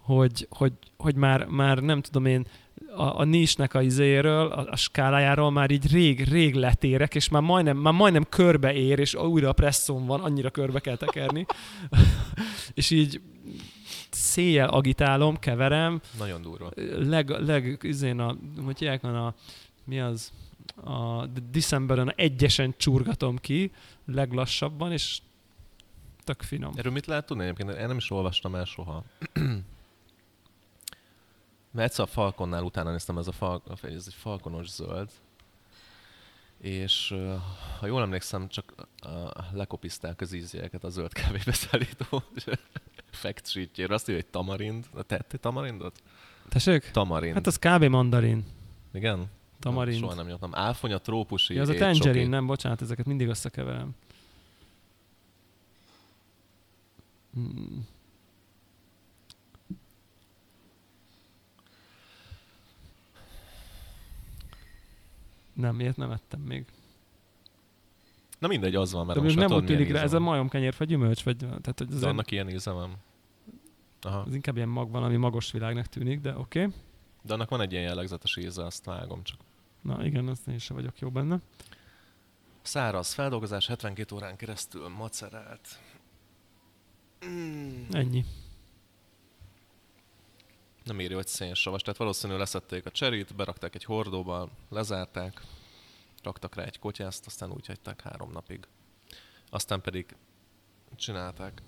hogy, hogy, hogy már, már nem tudom én, a, a nisnek a izéről, a, a skálájáról már így rég, rég letérek, és már majdnem, már majdnem körbeér, és újra a presszón van, annyira körbe kell tekerni. és így széjjel agitálom, keverem, Nagyon durva. leg, leg izén a, hogy hívják van a, mi az, a de- Decemberen egyesen csurgatom ki, leglassabban, és tök finom. Erről mit lehet tudni egyébként? Én nem is olvastam el soha. Mert egyszer a Falconnál utána néztem, ez, a fal, ez egy falkonos zöld. És ö, ha jól emlékszem, csak ö, lekopizták az ízjegyeket a zöld kávébeszállító fact sheetjére. Azt írja, hogy tamarind. Na, Tettél tamarindot? Tessék? Tamarind. Hát az kb. mandarin. Igen? Tamarind. Soha nem nyomtam. Áfonya trópusi Ja, az a étcsoki. tangerine, nem, bocsánat, ezeket mindig összekeverem. Mm. Nem, ilyet nem ettem még. Na mindegy, az van, mert De most mondjuk nem úgy tűnik milyen rá, ez íze a van. majom kenyér, vagy gyümölcs, vagy tehát hogy ez, De egy- annak ilyen íze van. Aha. ez inkább ilyen mag, valami magos világnak tűnik, de oké. Okay. De annak van egy ilyen jellegzetes íze, azt vágom csak. Na igen, azt én sem vagyok jó benne. Száraz feldolgozás 72 órán keresztül macerált. Mm. Ennyi. Nem írja, hogy szénsavas, tehát valószínűleg leszették a cserét, berakták egy hordóba, lezárták, raktak rá egy kotyászt, aztán úgy hagyták három napig. Aztán pedig csinálták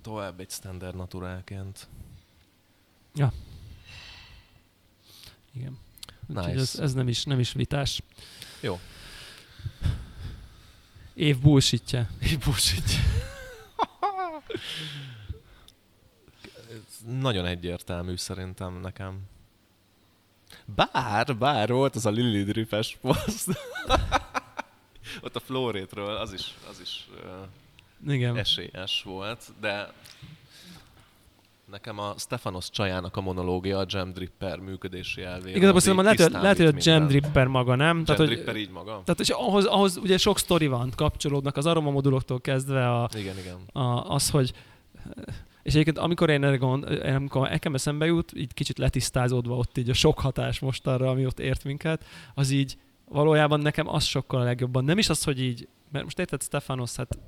tovább egy standard naturálként. Igen. Nice. Nice. Ez, ez, nem, is, nem is vitás. Jó. Év bullshitje. Egy bullshit. Ez nagyon egyértelmű szerintem nekem. Bár, bár volt az a Lili Drüpes poszt. Ott a Flórétről, az is, az is Igen. uh, esélyes volt, de nekem a Stefanos Csajának a monológia a Jam Dripper működési elvére. Igazából az szerintem így lehet, hogy- tisztán lehet, hogy a vitt jam mindent. dripper maga, nem? Jam tehát, tehát, hogy, Dripper így maga? tehát, és ahhoz, ahhoz ugye sok sztori van, kapcsolódnak az aromamoduloktól kezdve a, Igen, igen. a, az, hogy És egyébként amikor én erre gond, én- amikor nekem eszembe jut, így kicsit letisztázódva ott így a sok hatás most arra, ami ott ért minket, az így valójában nekem az sokkal a legjobban. Nem is az, hogy így, mert most érted, Stefanos, hát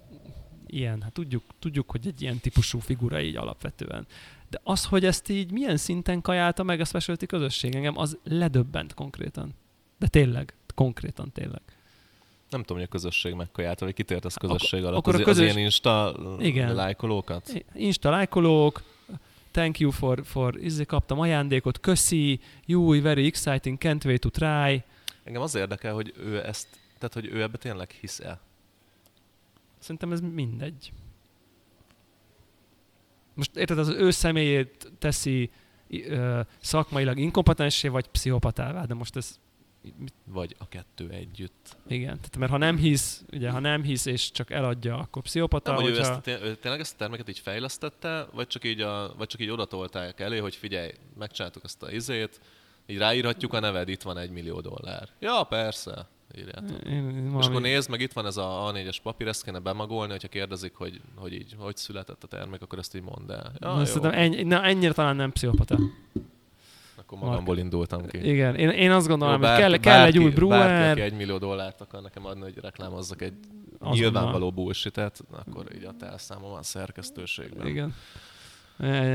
ilyen, hát tudjuk, tudjuk, hogy egy ilyen típusú figura így alapvetően. De az, hogy ezt így milyen szinten kajálta meg a specialty közösség, engem az ledöbbent konkrétan. De tényleg, konkrétan tényleg. Nem tudom, hogy a közösség mekkajálta, vagy kitért az közösség Akkor- alatt. akkor a az, közös- az ilyen Insta Igen. Igen. lájkolókat? Insta lájkolók, thank you for, for izé, kaptam ajándékot, köszi, jó, very exciting, can't wait to try. Engem az érdekel, hogy ő ezt, tehát hogy ő ebbe tényleg hisz-e. Szerintem ez mindegy. Most érted, az ő személyét teszi i- ö, szakmailag inkompetensé, vagy pszichopatává, de most ez Vagy a kettő együtt. igen. Tehát, mert ha nem hisz, ugye, ha nem hisz és csak eladja, akkor pszichopata. Nem, hogy ő, hogyha... ezt, té- ő tényleg ezt a terméket így fejlesztette, vagy csak így, a, vagy csak így odatolták elé, hogy figyelj, megcsináltuk ezt a izét, így ráírhatjuk a neved, itt van egy millió dollár. Ja, persze, írjátok. Én- én És akkor valami- nézd, meg itt van ez a A4-es papír, ezt kéne bemagolni, hogyha kérdezik, hogy, hogy így, hogy született a termék, akkor ezt így mondd el. Ja, Na, Ah, jó, Szerintem ennyi, na, ennyire talán nem pszichopata. akkor magamból indultam ki. Igen, én, én azt Jó, gondolom, hogy bárki- kell, kell egy bárki- új Bárki, aki brewer. egy millió dollárt akar nekem adni, hogy reklámozzak egy azonnal. nyilvánvaló bullshit-et, akkor így a telszámom van szerkesztőségben. Igen.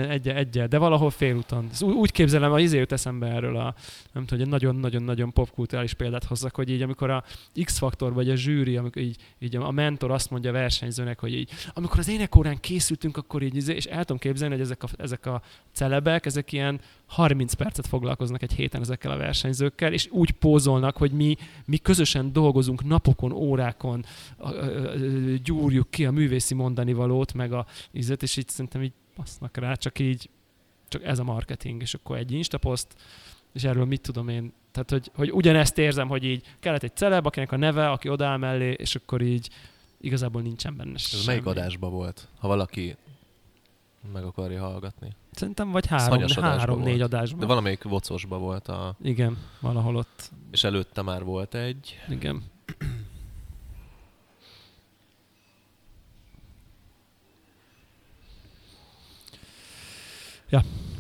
Egyel, egyel, de valahol félúton. Ezt ú- úgy képzelem, hogy izé jut eszembe erről a, nem tudom, hogy egy nagyon-nagyon-nagyon popkulturális példát hozzak, hogy így amikor a X-faktor vagy a zsűri, amikor így, így a mentor azt mondja a versenyzőnek, hogy így, amikor az énekórán készültünk, akkor így, izé- és el tudom képzelni, hogy ezek a, ezek a celebek, ezek ilyen 30 percet foglalkoznak egy héten ezekkel a versenyzőkkel, és úgy pózolnak, hogy mi, mi közösen dolgozunk napokon, órákon, a- ö- ö- ö- gyúrjuk ki a művészi mondani valót, meg a ízet, és így szerintem így basznak rá, csak így, csak ez a marketing, és akkor egy instaposzt, és erről mit tudom én, tehát hogy, hogy ugyanezt érzem, hogy így kellett egy celeb, akinek a neve, aki odáll mellé, és akkor így igazából nincsen benne Ez semmi. melyik adásban volt, ha valaki meg akarja hallgatni? Szerintem vagy három, hanyas adásban három négy volt. adásban. De valamelyik vocosba volt, a, Igen, valahol ott. és előtte már volt egy. Igen.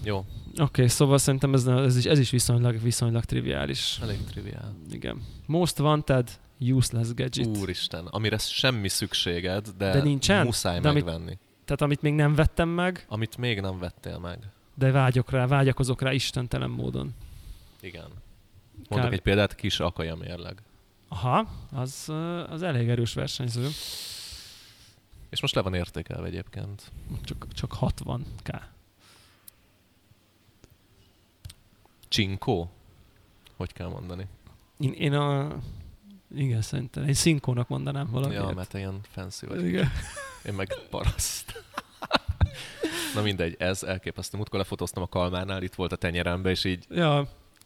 Jó, Oké, okay, szóval szerintem ez, ez, is, ez is viszonylag, viszonylag triviális. elég triviál. Igen. Most wanted, useless gadget. Úristen, amire semmi szükséged, de, De nincsen? muszáj De amit- megvenni. Amit... Tehát amit még nem vettem meg, amit még nem vettél meg. de vágyok rá, vágyakozok rá istentelen módon. Igen. Mondok Kb. egy példát, kis akaja mérleg. Aha, az, ö, az elég erős versenyző. És most le van értékelve egyébként. Csak, csak 60k. Csinkó? Hogy kell mondani? Én, én a... Igen, szerintem. Én szinkónak mondanám Valami valamit. ja, mert te ilyen fancy vagy. Igen. Én meg paraszt. Na mindegy, ez elképesztő. Múltkor lefotóztam a Kalmárnál, itt volt a tenyerembe, és így Ja,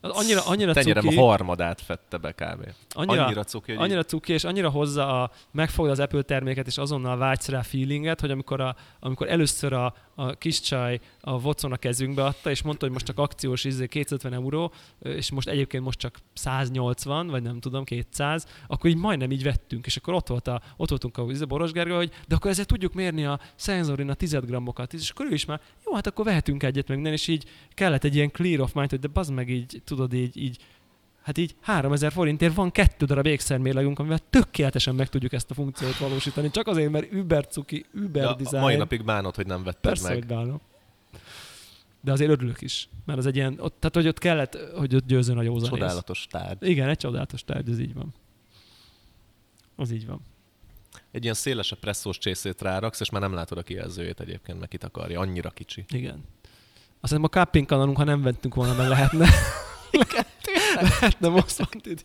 az annyira, annyira tenyerem cuki, a harmadát fette be kb. annyira, Annyira, annyira cuki, hogy annyira... annyira cuki, és annyira hozza a, megfogod az Apple terméket, és azonnal vágysz rá feelinget, hogy amikor, a, amikor először a, a kis csaj a vocon a kezünkbe adta, és mondta, hogy most csak akciós izé 250 euró, és most egyébként most csak 180, vagy nem tudom, 200, akkor így majdnem így vettünk, és akkor ott, volt a, ott voltunk a izé Boros Gergő, hogy de akkor ezzel tudjuk mérni a szenzorin a 10 grammokat, és akkor ő is már, jó, hát akkor vehetünk egyet meg, minden, és így kellett egy ilyen clear of mind, hogy de bazd meg így, tudod, így, így Hát így 3000 forintért van kettő darab ékszermérlegünk, amivel tökéletesen meg tudjuk ezt a funkciót valósítani. Csak azért, mert Uber cuki, Uber így, de a design. mai napig bánod, hogy nem vetted persze, meg. hogy bánom. De azért örülök is, mert az egy ilyen, ott, tehát hogy ott kellett, hogy ott győzön a józan ész. Csodálatos tárgy. Igen, egy csodálatos tárgy, ez így van. Az így van. Egy ilyen szélesebb presszós csészét ráraksz, és már nem látod a kijelzőjét egyébként, meg kitakarja. Annyira kicsi. Igen. Azt hiszem a cupping kanalunk, ha nem vettünk volna, meg lehetne. lehetne most wanted.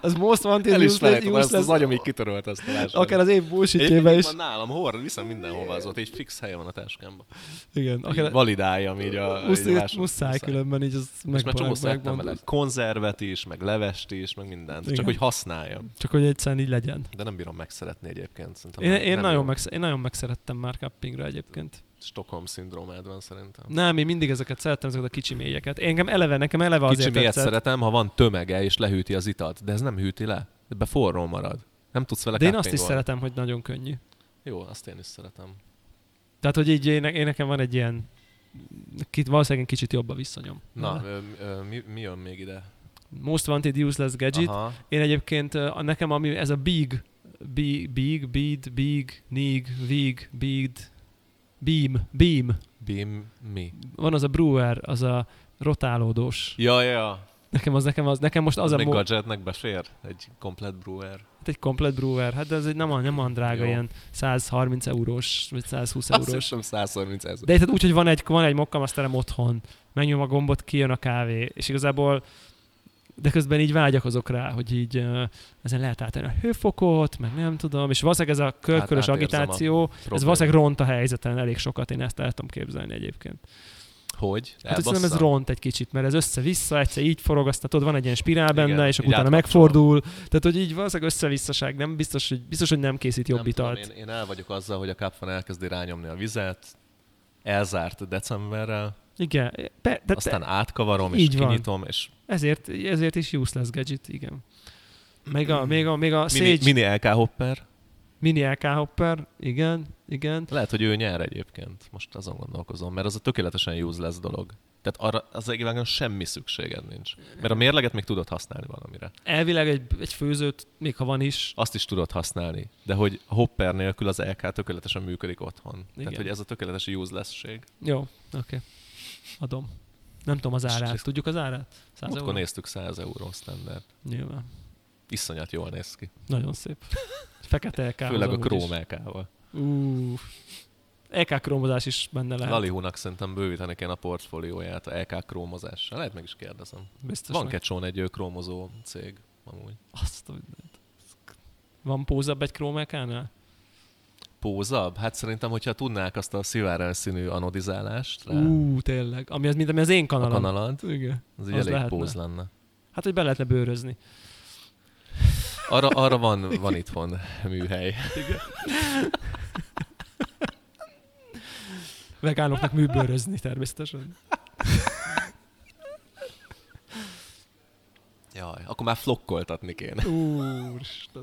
Az most wanted, El is useless, lehet, ezt az useless, agyam így kitörölt ezt a lássad. akár az év Egyébként bullshitjébe itt is. van nálam, hord, viszem mindenhova az ott, így fix helye van a táskámban. Igen, Akár... akár Validáljam így a... így muszáj, lássam, muszáj különben így az És már csomó meg, szerettem vele. Konzervet is, meg levest is, meg mindent. Igen. Csak hogy használjam. Csak hogy egyszerűen így legyen. De nem bírom megszeretni egyébként. Szerintem Én, nem- én, nem nagyon jó. meg, én nagyon megszerettem már cuppingra egyébként. Stockholm szindrómád van szerintem. Nem, én mindig ezeket szerettem, ezeket a kicsi mélyeket. Én engem eleve, nekem eleve Kicsi azért miért tetszett. szeretem, ha van tömege és lehűti az italt, de ez nem hűti le. Ebbe forró marad. Nem tudsz vele De én azt is kápingolni. szeretem, hogy nagyon könnyű. Jó, azt én is szeretem. Tehát, hogy így én, én nekem van egy ilyen, kit, valószínűleg kicsit jobb a viszonyom. Na, ö, ö, mi, mi jön még ide? Most Wanted Useless Gadget. Aha. Én egyébként, ö, a- nekem ami ez a big, big, big, bead, big, nig, vig, bead, beam, beam. Bim, mi? Van az a brewer, az a rotálódós. Ja, ja, Nekem az, nekem az, nekem most az az a még mo- gadgetnek befér? Egy komplet brewer. hát egy komplet brewer, hát de ez egy nem, olyan- nem olyan drága, Jó. ilyen 130 eurós, vagy 120 Azt eurós. hiszem 130 ezer. De érted úgy, hogy van egy, van egy mokkamaszterem otthon, megnyom a gombot, kijön a kávé, és igazából de közben így vágyakozok rá, hogy így ö, ezen lehet átállni a hőfokot, meg nem tudom, és valószínűleg ez a körkörös Hát átérzem a agitáció, ez Probléma. valószínűleg ront a helyzeten elég sokat, én ezt el tudom képzelni egyébként. Hogy? Hát azt hiszem ez ront egy kicsit, mert ez össze-vissza, egyszer így forog, aztán tudod, van egy ilyen spirál Igen, benne, és akkor így utána átkapcsolom. megfordul. Tehát, hogy így valószínűleg össze-visszaság, nem biztos, hogy, biztos, hogy nem készít jobb Nem tudom, italt. én, én el vagyok azzal, hogy a kapfan elkezdi rányomni a vizet, elzárt decemberrel, Igen, e, pe, de, de, aztán átkavarom, és így van. kinyitom, és Ezért, ezért is useless gadget, igen. Még a, még a, még a Sage Mm. mini, mini, mini LK hopper. mini LK hopper, igen, igen. Lehet, hogy ő nyer egyébként. Most azon gondolkozom, mert az a tökéletesen useless dolog. Tehát arra az egyébként semmi szükséged nincs. Mert a mérleget még tudod használni valamire. Elvileg egy, egy főzőt, még ha van is, Azt is tudod használni. De hogy a hopper nélkül az LK tökéletesen működik otthon. Igen. Igen. Tehát, hogy ez a tökéletes useless-ség. jó, oké, okay. adom. Nem tudom az árát, tudjuk az árát? 100 Múltkor euró? néztük 100 euró standard. Nyilván. Iszonyat jól néz ki. Nagyon szép. Fekete LK. -hoz Főleg a amúgy is. Chrome LK-val. Ú, LK krómozás is benne lehet. Lalihónak szerintem bővíteni kell a portfólióját a LK krómozással. Lehet meg is kérdezem. Biztos Van meg. kecsón egy ö, krómozó cég amúgy. Azt a mindent. Van pózabb egy Chrome LK-nál? Pózabb? Hát szerintem, hogyha tudnák azt a szivárvány színű anodizálást rá, Ú, tényleg. Ami az, mint ami az én a kanalam. kanalad, Igen. az így Az elég lehetne. póz lenne. Hát, hogy be lehetne bőrözni. Arra, arra van, van itthon műhely. Vegánoknak műbőrözni természetesen. Jaj, akkor már flokkoltatni kéne. Úristen.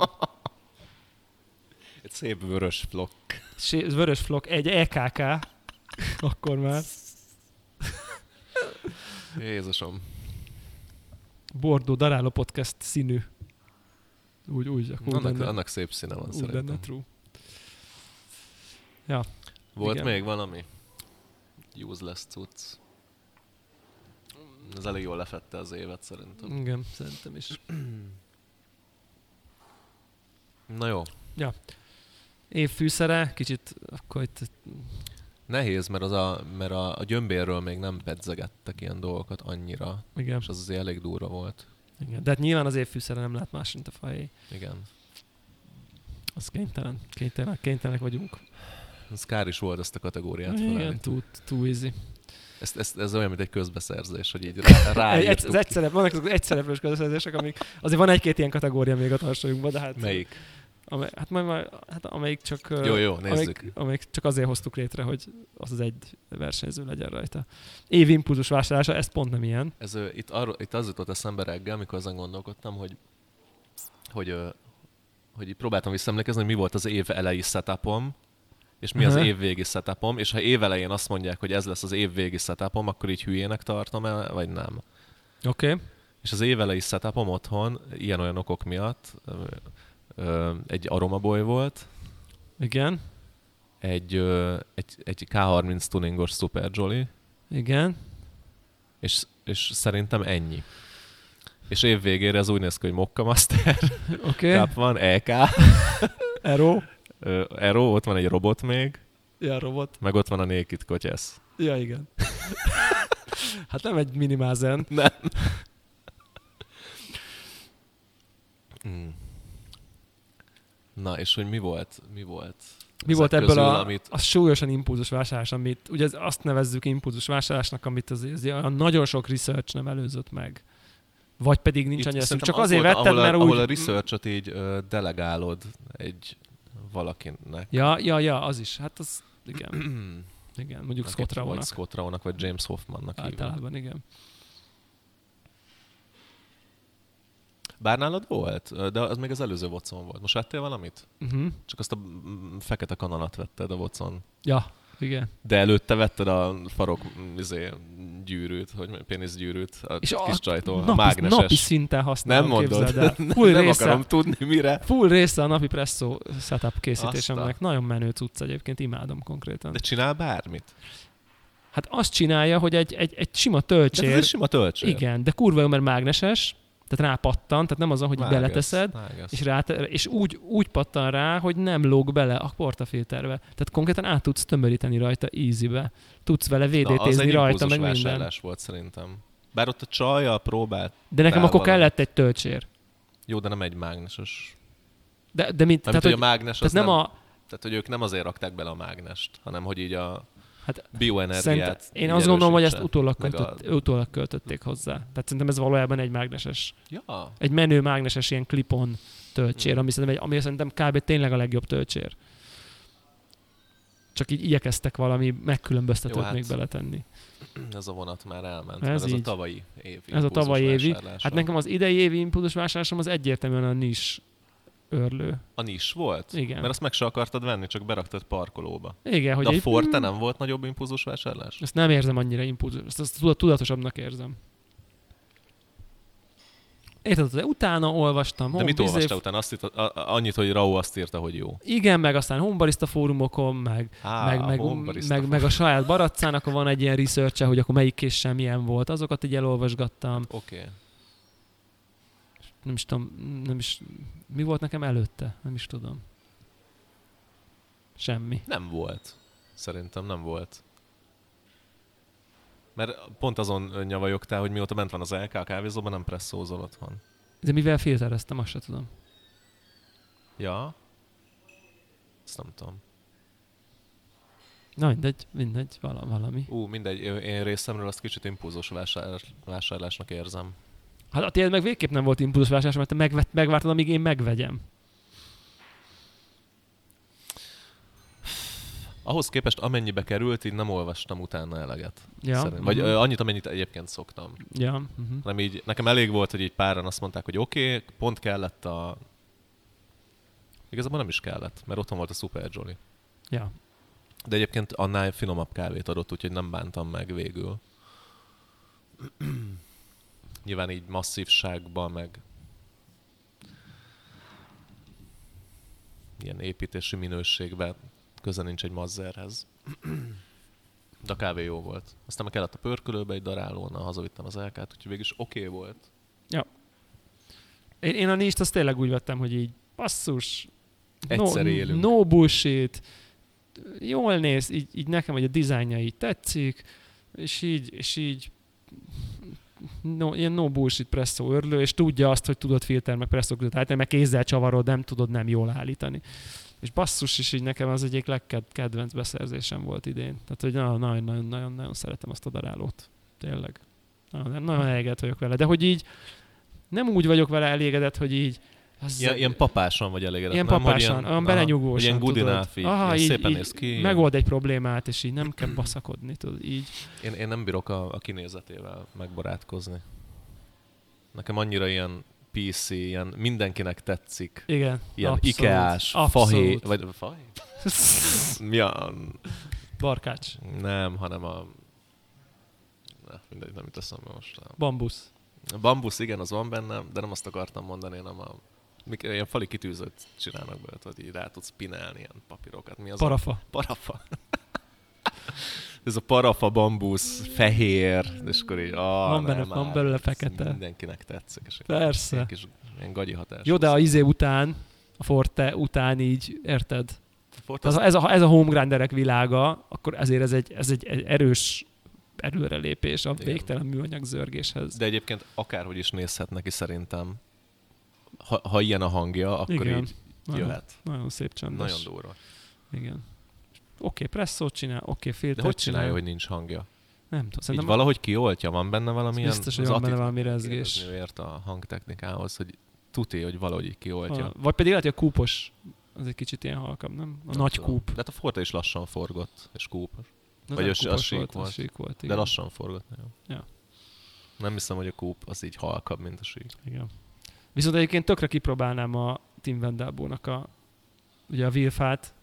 Egy szép vörös flokk. Sí- Vörös flok, egy E EKK, akkor már. Jézusom. Bordó Daráló Podcast színű. Úgy, úgy, akkor úgy Annak, lenne, annak szép színe van úgy lenne szerintem. true. Volt Igen. még valami? Useless cucc. Ez elég jól lefette az évet szerintem. Igen, szerintem is. Na jó. Év fűszere, kicsit akkor itt Nehéz, mert, az a, mert a, a gyömbérről még nem pedzegettek ilyen dolgokat annyira, Igen. és az azért elég durva volt. Igen. De hát nyilván az évfűszere nem lát más, mint a fajé. Igen. Az kénytelen. Kénytelenek, kénytelenek vagyunk. Ez kár is volt ezt a kategóriát Igen, felállítani. too, too easy. Ezt, ezt, ez olyan, mint egy közbeszerzés, hogy így rá, Egy, egy, az ráírtuk. egyszerep, vannak azok az egyszereplős közösszerzések, amik azért van egy-két ilyen kategória még a tartsajukban, de hát... Melyik? Amely, hát, majd, majd, hát amelyik csak... ö, Jó, jó, nézzük. Amelyik, amelyik, csak azért hoztuk létre, hogy az az egy versenyző legyen rajta. Év impulzus vásárlása, ez pont nem ilyen. Ez, ö, itt, arról, itt az jutott eszembe reggel, mikor azon gondolkodtam, hogy, hogy, ö, hogy így próbáltam visszaemlékezni, hogy mi volt az év elejé setupom, és mi az Aha. év végi setupom, és ha év elején azt mondják, hogy ez lesz az év végi setupom, akkor így hülyének tartom el, vagy nem. Oké. Okay. És az évelei setupom otthon, ilyen-olyan okok miatt, ö, ö, egy aromaboy volt, Igen. egy, ö, egy, egy K30 tuningos Super Jolly, Igen. és, és szerintem ennyi. És év végére ez úgy néz ki, hogy Mokka Master Oké. Okay. Cup van, EK, Ero. ö, Ero, ott van egy robot még, Ja, robot. meg ott van a Naked Kotyesz. Ja, igen. hát nem egy minimázen. Nem. Mm. Na, és hogy mi volt? Mi volt? Mi Ezek volt ebből közül, a, amit- a súlyosan impulzus vásárlás, amit ugye ez- azt nevezzük impulzus vásárlásnak, amit az, az a nagyon sok research nem előzött meg. Vagy pedig nincs Itt annyira szükség. szerintem Csak azért az volt, vetted, ahol a, mert úgy... Ahol a research-ot így ö, delegálod egy valakinek. Ja, ja, ja, az is. Hát az, igen, igen. Mondjuk Akit Scott Vagy Rawonak Scott Rawonak, vagy James Hoffmannak hívják. általában, igen. Bár nálad volt, ö, de az még az előző vocon volt. Most vettél valamit? Uh-huh. Csak azt a mm, fekete kanalat vetted a vocon. Ja, Igen. De előtte vetted a farok izé, gyűrűt, hogy péniszgyűrűt a És És a- kis csajtól, a napi, napi mágneses. szinten használom, Nem mondod, képzeld el. nem, Full nem része- akarom tudni mire. Full része a napi presszó setup készítésemnek. Aztán. Nagyon menő cucc egyébként, imádom konkrétan. De csinál bármit. Hát azt csinálja, hogy egy, egy, egy sima De hát ez egy töltsér, sima töltsér. igen, de kurva jó, mert mágneses, tehát rápattan, tehát nem az, hogy Vágesz, beleteszed, vágesz. és, rá, és úgy, úgy pattan rá, hogy nem lóg bele a portafilterbe. Tehát konkrétan át tudsz tömöríteni rajta easybe. Tudsz vele Na, az védétézni egy rajta, impulzus meg minden. vásárlás volt szerintem. Bár ott a csajjal próbált, De nekem rá akkor valami. kellett egy töltsér. jó, de nem egy mágneses. De, de mint, Nem, tehát, tehát, hogy a hogy, mágnes az tehát nem, nem, a... Tehát, hogy ők nem azért rakták bele a mágnest, hanem hogy így a Hát, hát, bioenergiát... Szerintem, én így azt gondolom, hogy ezt erősítse. utólag, meg a- költött, utólag költötték hozzá. Tehát szerintem ez valójában egy mágneses, Ja, egy menő mágneses ilyen klipon töltsér, ami szerintem, egy, ami szerintem kb. tényleg a legjobb töltsér. Csak így igyekeztek valami megkülönböztetőt Jó, hát még beletenni. ez a vonat már elment. Ez Ez, mert ez így. a tavalyi Ez év. a impulzus tavalyi évi. vásárlása. Hát nekem az idei évi impulzus vásárlásom az egyértelműen a nis örlő. A nis volt? Igen. Mert azt meg se akartad venni, csak beraktad parkolóba. Igen, hogy Hogy De a egy- Forte nem volt nagyobb impulzus vásárlás? Ezt nem érzem annyira impulzus, ezt, ezt tuda- tudatosabbnak érzem. Érted, de utána olvastam. De hon, mit izé, olvastál utána? Azt írt, a, a, annyit, hogy Rau azt írta, hogy jó. Igen, meg aztán honbarista fórumokon, meg, Á, meg, a meg, Honbarista meg, meg, a saját baracán, akkor van egy ilyen research hogy akkor melyik késsel milyen volt. Azokat így elolvasgattam. Oké. Okay. Nem is tudom, nem is... Mi volt nekem előtte? Nem is tudom. Semmi. Nem volt. Szerintem nem volt. Mert pont azon nyavajogtál, hogy mióta bent van az LK a kávézóban, nem presszózol otthon. De mivel filtereztem, azt se tudom. Ja? Ezt nem tudom. Na mindegy, mindegy, vala- valami. Ú, mindegy, ö, én részemről azt kicsit impulzus vásár, vásárlásnak érzem. Hát a tiéd meg végképp nem volt impulzusvásárlás, mert te megvet, megvártad, amíg én megvegyem. Ahhoz képest amennyibe került, így nem olvastam utána eleget. Ja. Szerint. Vagy Mhm. ö, annyit, amennyit egyébként szoktam. Ja. Uh-huh. Nem így, nekem elég volt, hogy így páran azt mondták, hogy oké, okay, pont kellett a... Igazából nem is kellett, mert otthon volt a Super Jolly. ja. De egyébként annál finomabb kávét adott, úgyhogy nem bántam meg végül. Nyilván így masszívságban, meg ilyen építési minőségben köze nincs egy mazzerhez. De a kávé jó volt. Aztán meg kellett a pörkölőbe egy darálóna, hazavittem az elkát, úgyhogy végül is oké okay volt. Én, én a nincs, azt tényleg úgy vettem, hogy így basszus. Egyszer no, élünk. No bullshit. Jól néz, így, így nekem, hogy a dizájnja így tetszik, és így, és így no, ilyen no bullshit presszó örlő, és tudja azt, hogy tudod filter meg presszó között állítani, meg kézzel csavarod, nem tudod nem jól állítani. És basszus is így nekem az egyik legkedvenc beszerzésem volt idén. Tehát, hogy nagyon-nagyon-nagyon szeretem azt a darálót. Tényleg. Nagyon, nagyon elégedett vagyok vele. De hogy így nem úgy vagyok vele elégedett, hogy így az- Ilyen, ilyen papásan vagy elégedett, Ilyen nem? Hogy papásan, olyan aha, belenyugvósan, Ilyen good tudod. enough, így, Aha, ilyen így- szépen így néz ki. megold egy problémát, és így nem kell baszakodni, tudod, így. Én, én nem bírok a, a kinézetével megbarátkozni. Nekem annyira ilyen PC, ilyen mindenkinek tetszik. Igen. Ilyen abszolút, Ikeás, abszolút. fahé, vagy fahé? Mi a... Barkács, Nem, hanem a... Na, mindegy, nem jut eszembe most. bambusz. A bambusz, igen, az van bennem, de nem azt akartam mondani, hanem a... Mik, ilyen fali kitűzőt csinálnak belőle, hogy így rá tudsz pinelni ilyen papírokat. Mi az a- Parafa. Parafa. Ez a parafa bambusz, fehér, és akkor így, ah, Van benne- nem, van már, belőle ez fekete. Mindenkinek tetszik. És egy- Persze. egy kis ilyen gagyi hatás. Jó, de a izé után, a Forte után így, érted? Ford, az, Tehát ha ez a, ez a homegrinderek világa, akkor ezért ez egy, ez egy erős előrelépés a Igen. végtelen műanyag zörgéshez. de egyébként akárhogy is nézhet neki szerintem. Ha, ha ilyen a hangja, akkor Igen. így Nagyon, jöhet. nagyon szép csendes. Nagyon durva. Igen. Oké, okay, presszót csinál, oké, okay, filtert De hogy csinálja, hogy nincs hangja? Nem tudom, Így szerintem valahogy kioltja, van benne valamilyen... biztos, hogy az van benne attitűd- valami rezgés. érezni ért a hangtechnikához, hogy tuti, hogy valahogy így kioltja. Ha, vagy pedig lehet, hogy a kúpos az egy kicsit ilyen halkabb, nem? A Nem nagy tudom. kúp. De hát a Forte is lassan forgott, és kúp. Na, Vagy nem az- az kúpos sík Az volt. sík volt igen. De lassan forgott nagyon. Ja. Nem hiszem, hogy a kúp az így halkabb, mint a sík. Igen. Viszont egyébként tökre kipróbálnám a Tim Vendelbónak a, ugye a Wilfát,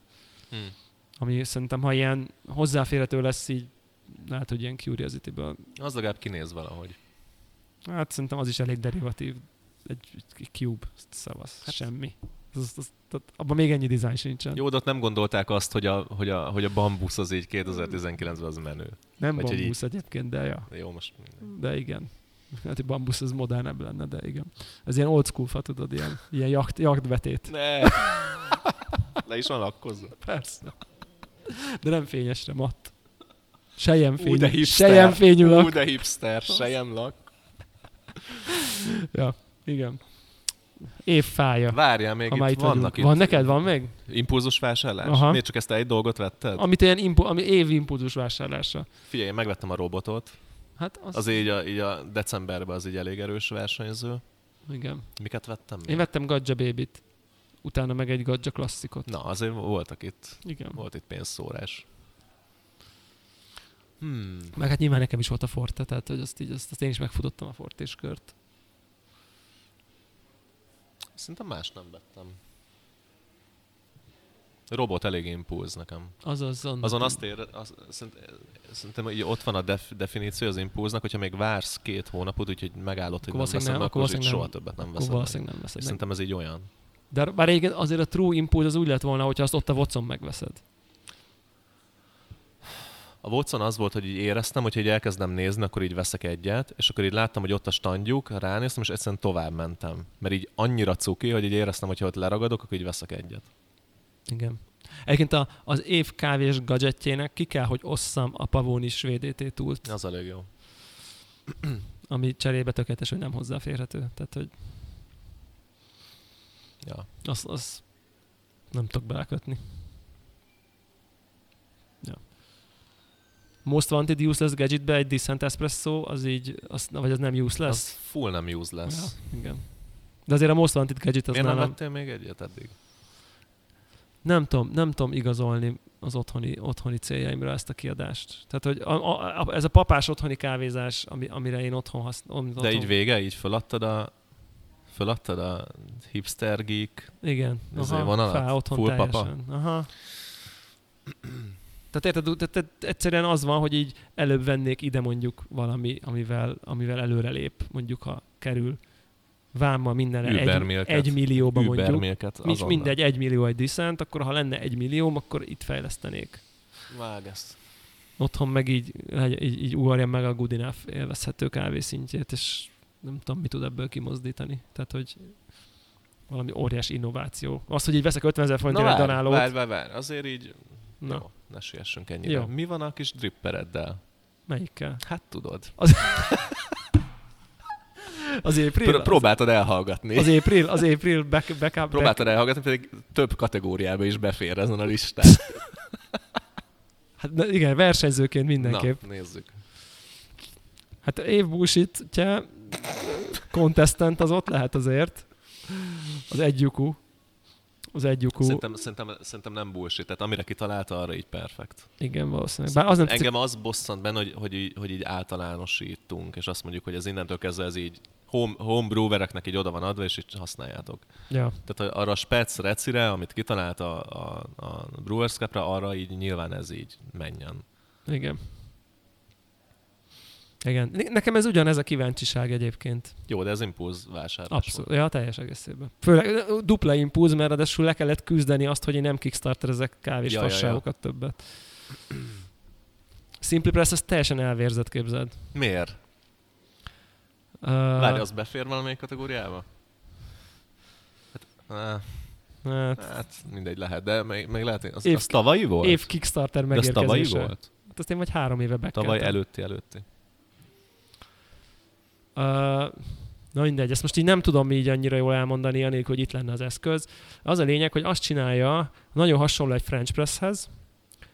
Hmm. ami szerintem, ha ilyen hozzáférhető lesz így, lehet, hogy ilyen Curiosity-ből. Az legalább kinéz valahogy. Hát szerintem az is elég derivatív. Egy, egy cube, szavasz, hát. semmi. Az, az, az, az, abban még ennyi dizájn sincsen. Jó, de ott nem gondolták azt, hogy a, hogy a, hogy a bambusz az így 2019-ben az menő. Nem vagy hogy így- bambusz egyébként, de ja. Jó, most minden. De igen. Hát egy bambusz az modernebb lenne, de igen. Ez ilyen old school fa, tudod, ilyen, ilyen jakt, jaktbetét. Ne! Le is van lakkozva. Persze. De nem fényesre, matt. Sejem Ú, de fényű, hipster. sejem fényű Ú, lak. de hipster, sejem lak. Ja, igen. Évfája. Várjál, még Ha már itt itt vannak vagyunk. itt Van neked, van meg? impulzus vásárlás? Aha. Miért csak ezt a egy dolgot vetted? Amit ilyen impu- ami évi impulzus vásárlása. Figyelj, én megvettem a robotot. Hát az, Az így a, így a decemberben az így elég erős versenyző. igen. Miket vettem még? Én vettem Gadja Baby-t, utána meg egy Gadja klasszikot. Na, azért voltak itt, Igen. volt itt pénzszórás. Hmm. Meg hát nyilván nekem is volt a Forte, tehát hogy azt, így, azt, azt én is megfutottam a Fortés kört. Szerintem más nem vettem. Robot elég impulz nekem. Azaz, Azon azt ér, az, szerint- szerintem így ott van a def, definíció az impulznak, hogyha még vársz két hónapot, úgyhogy megállod, hogy Akkor valószínűleg nem veszem, nem, meg, akkor akkor, akkor valószínűleg soha nem. többet nem akkor veszem. meg. valószínűleg nem És veszed meg. szerintem ez így olyan. De bár igen, azért a True Impulse az úgy lett volna, hogyha azt ott a vocon megveszed. A Watson az volt, hogy így éreztem, hogy így elkezdem nézni, akkor így veszek egyet, és akkor így láttam, hogy ott a standjuk, ránéztem, és egyszerűen tovább mentem. Mert így annyira cuki, hogy így éreztem, hogy ha ott leragadok, akkor így veszek egyet. Igen. Egyébként a, az év kávés gadgetjének ki kell, hogy osszam a Pavoni svéd ET túlt, Az elég jó. ami cserébe tökéletes, hogy nem hozzáférhető. Tehát, hogy Ja. az, az nem tudok belekötni. Ja. Most Wanted Useless Gadgetbe egy Decent Espresso, az így, az, vagy az nem Az useless? full nem use lesz. Ja. Ja, igen. De azért a Most Wanted Gadget az Miért nem nálam... vettél még egyet eddig? Nem tudom, nem tudom igazolni az otthoni, otthoni céljaimra ezt a kiadást. Tehát, hogy a, a, a, ez a papás otthoni kávézás, ami, amire én otthon használom. De így vége, így föladtad a föladtad a hipster geek. Igen. izé vonalat? fá, otthon Full papa? teljesen. Aha. Tehát érted, tehát, tehát egyszerűen az van, hogy így előbb vennék ide mondjuk valami, amivel, amivel előrelép, mondjuk ha kerül vámmal mindenre Uber egy, Milket. egy millióba mondjuk. Ubermilket Nincs azonnal. mindegy, egy millió egy diszent, akkor ha lenne egy millióm, akkor itt fejlesztenék. Vág ezt. otthon meg így, legy- így, így ugarja meg a good enough élvezhető kávé szintjét, és nem tudom, mi tud ebből kimozdítani. Tehát, hogy valami óriás innováció. Az, hogy így veszek 50 ezer forintért egy várj, danálót. várj, várj, várj, azért így, Na, jó, ne siessünk ennyire. Jó. Mi van a kis drippereddel? melyikkel? Hát tudod. Az épril? Pr- próbáltad elhallgatni. az épril, az épril back, backup. Back. Próbáltad elhallgatni, pedig több kategóriába is befér ezen a listán. Hát na, igen, versenyzőként mindenképp. Na, nézzük. Hát év bullshitje, contestant az ott lehet azért. Az egyjukú. Az egyjukú. Szerintem, szerintem, szerintem nem bullshit, tehát amire kitalálta, arra így perfekt. Igen, valószínűleg. Bár az nem tetszik, Engem az bosszant benne, hogy, hogy, így, hogy így általánosítunk, és azt mondjuk, hogy ez innentől kezdve ez így home, home brewereknek így oda van adva, és így használjátok. Ja, Tehát arra a spec recire, amit kitalált a, a, a Brewers Cup-ra, arra így nyilván ez így menjen. Igen. Igen. Ne- Nekem ez ugyanez a kíváncsiság egyébként. Jó, de ez impulz vásárlás. Abszolút. Ja, teljes egészében. Főleg ö, dupla impulz, mert ráadásul le kellett küzdeni azt, hogy én nem kickstarterezek kávés Ja, ja, ja, ja. fasságokat ja, ja. többet. Simply Press, ez teljesen elvérzett, képzeld. volt. Miért? Uh, Várj, az befér valamelyik kategóriába? Hát, á, hát, hát mindegy, lehet, de még, még lehet, az, Év- az tavalyi volt? év Kickstarter de az megérkezése. tavalyi volt? Hát azt én vagy három éve bekeltem. Tavaly előtti, előtti. Ö, Na mindegy, ezt most így nem tudom így annyira jól elmondani, anélkül, hogy itt lenne az eszköz. Az a lényeg, hogy azt csinálja, nagyon hasonló egy French presshez,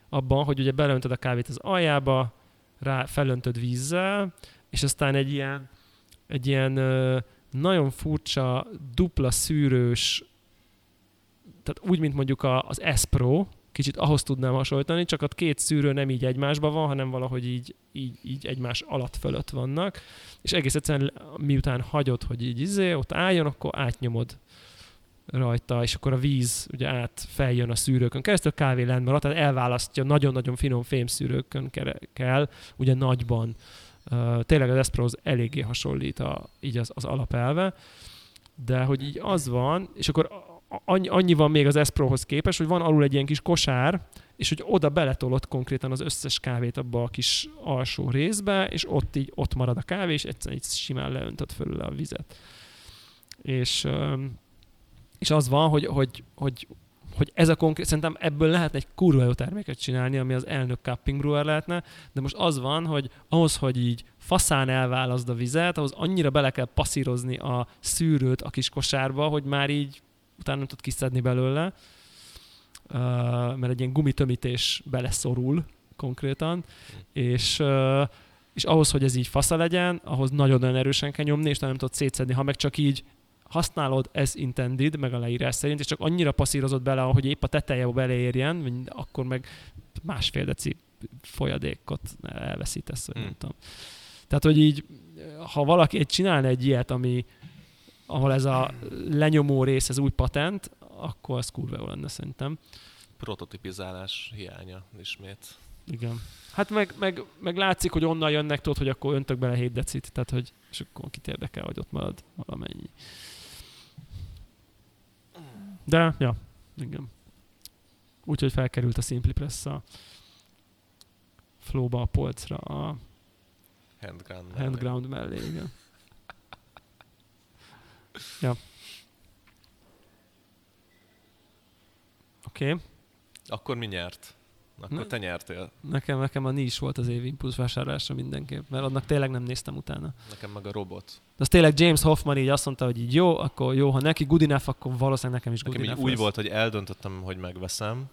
abban, hogy ugye belöntöd a kávét az aljába, rá felöntöd vízzel, és aztán egy ilyen, egy ilyen ö, nagyon furcsa, dupla szűrős, tehát úgy, mint mondjuk a, az S-Pro, kicsit ahhoz tudnám hasonlítani, csak a két szűrő nem így egymásban van, hanem valahogy így, így, így egymás alatt fölött vannak, és egész egyszerűen miután hagyod, hogy így izé, ott álljon, akkor átnyomod rajta, és akkor a víz ugye át feljön a szűrőkön keresztül, a kávé lent marad, tehát elválasztja nagyon-nagyon finom fémszűrőkön kere- kell, ugye nagyban. Uh, tényleg az Espresso eléggé hasonlít a, így az, az alapelve, de hogy így az van, és akkor a- a- annyi, annyi van még az Esprohoz képest, hogy van alul egy ilyen kis kosár, és hogy oda beletolod konkrétan az összes kávét abba a kis alsó részbe, és ott így ott marad a kávé, és egyszerűen így simán leöntöd fölül a vizet. És um, és az van, hogy, hogy, hogy, hogy ez a konkrét, szerintem ebből lehetne egy kurva jó terméket csinálni, ami az elnök cupping brewer lehetne, de most az van, hogy ahhoz, hogy így faszán elválaszd a vizet, ahhoz annyira bele kell passzírozni a szűrőt a kis kosárba, hogy már így utána nem tud kiszedni belőle, uh, mert egy ilyen gumitömítés beleszorul konkrétan, és uh, és ahhoz, hogy ez így fasza legyen, ahhoz nagyon-nagyon erősen kell nyomni, és nem tudod szétszedni, ha meg csak így használod ez intended, meg a leírás szerint, és csak annyira passzírozod bele, hogy épp a teteje beleérjen, akkor meg másfél deci folyadékot elveszítesz, vagy hmm. nem tudom. Tehát, hogy így, ha valaki egy csinálna egy ilyet, ami, ahol ez a lenyomó rész, ez új patent, akkor az kurva jó lenne szerintem. Prototipizálás hiánya ismét. Igen. Hát meg, meg, meg látszik, hogy onnan jönnek, tudod, hogy akkor öntök bele 7 decit, tehát hogy és akkor kit érdekel, hogy ott marad valamennyi. De, ja, igen. Úgyhogy felkerült a Simply Press a flóba a polcra a Handground. mellé. handground mellé, igen. Ja. Oké. Okay. Akkor mi nyert? Akkor Na. te nyertél. Nekem, nekem a nincs volt az év impulsz vásárlása mindenképp, mert annak tényleg nem néztem utána. Nekem meg a robot. De az tényleg James Hoffman így azt mondta, hogy így jó, akkor jó, ha neki good enough, akkor valószínűleg nekem is good Nekem így enough úgy lesz. volt, hogy eldöntöttem, hogy megveszem,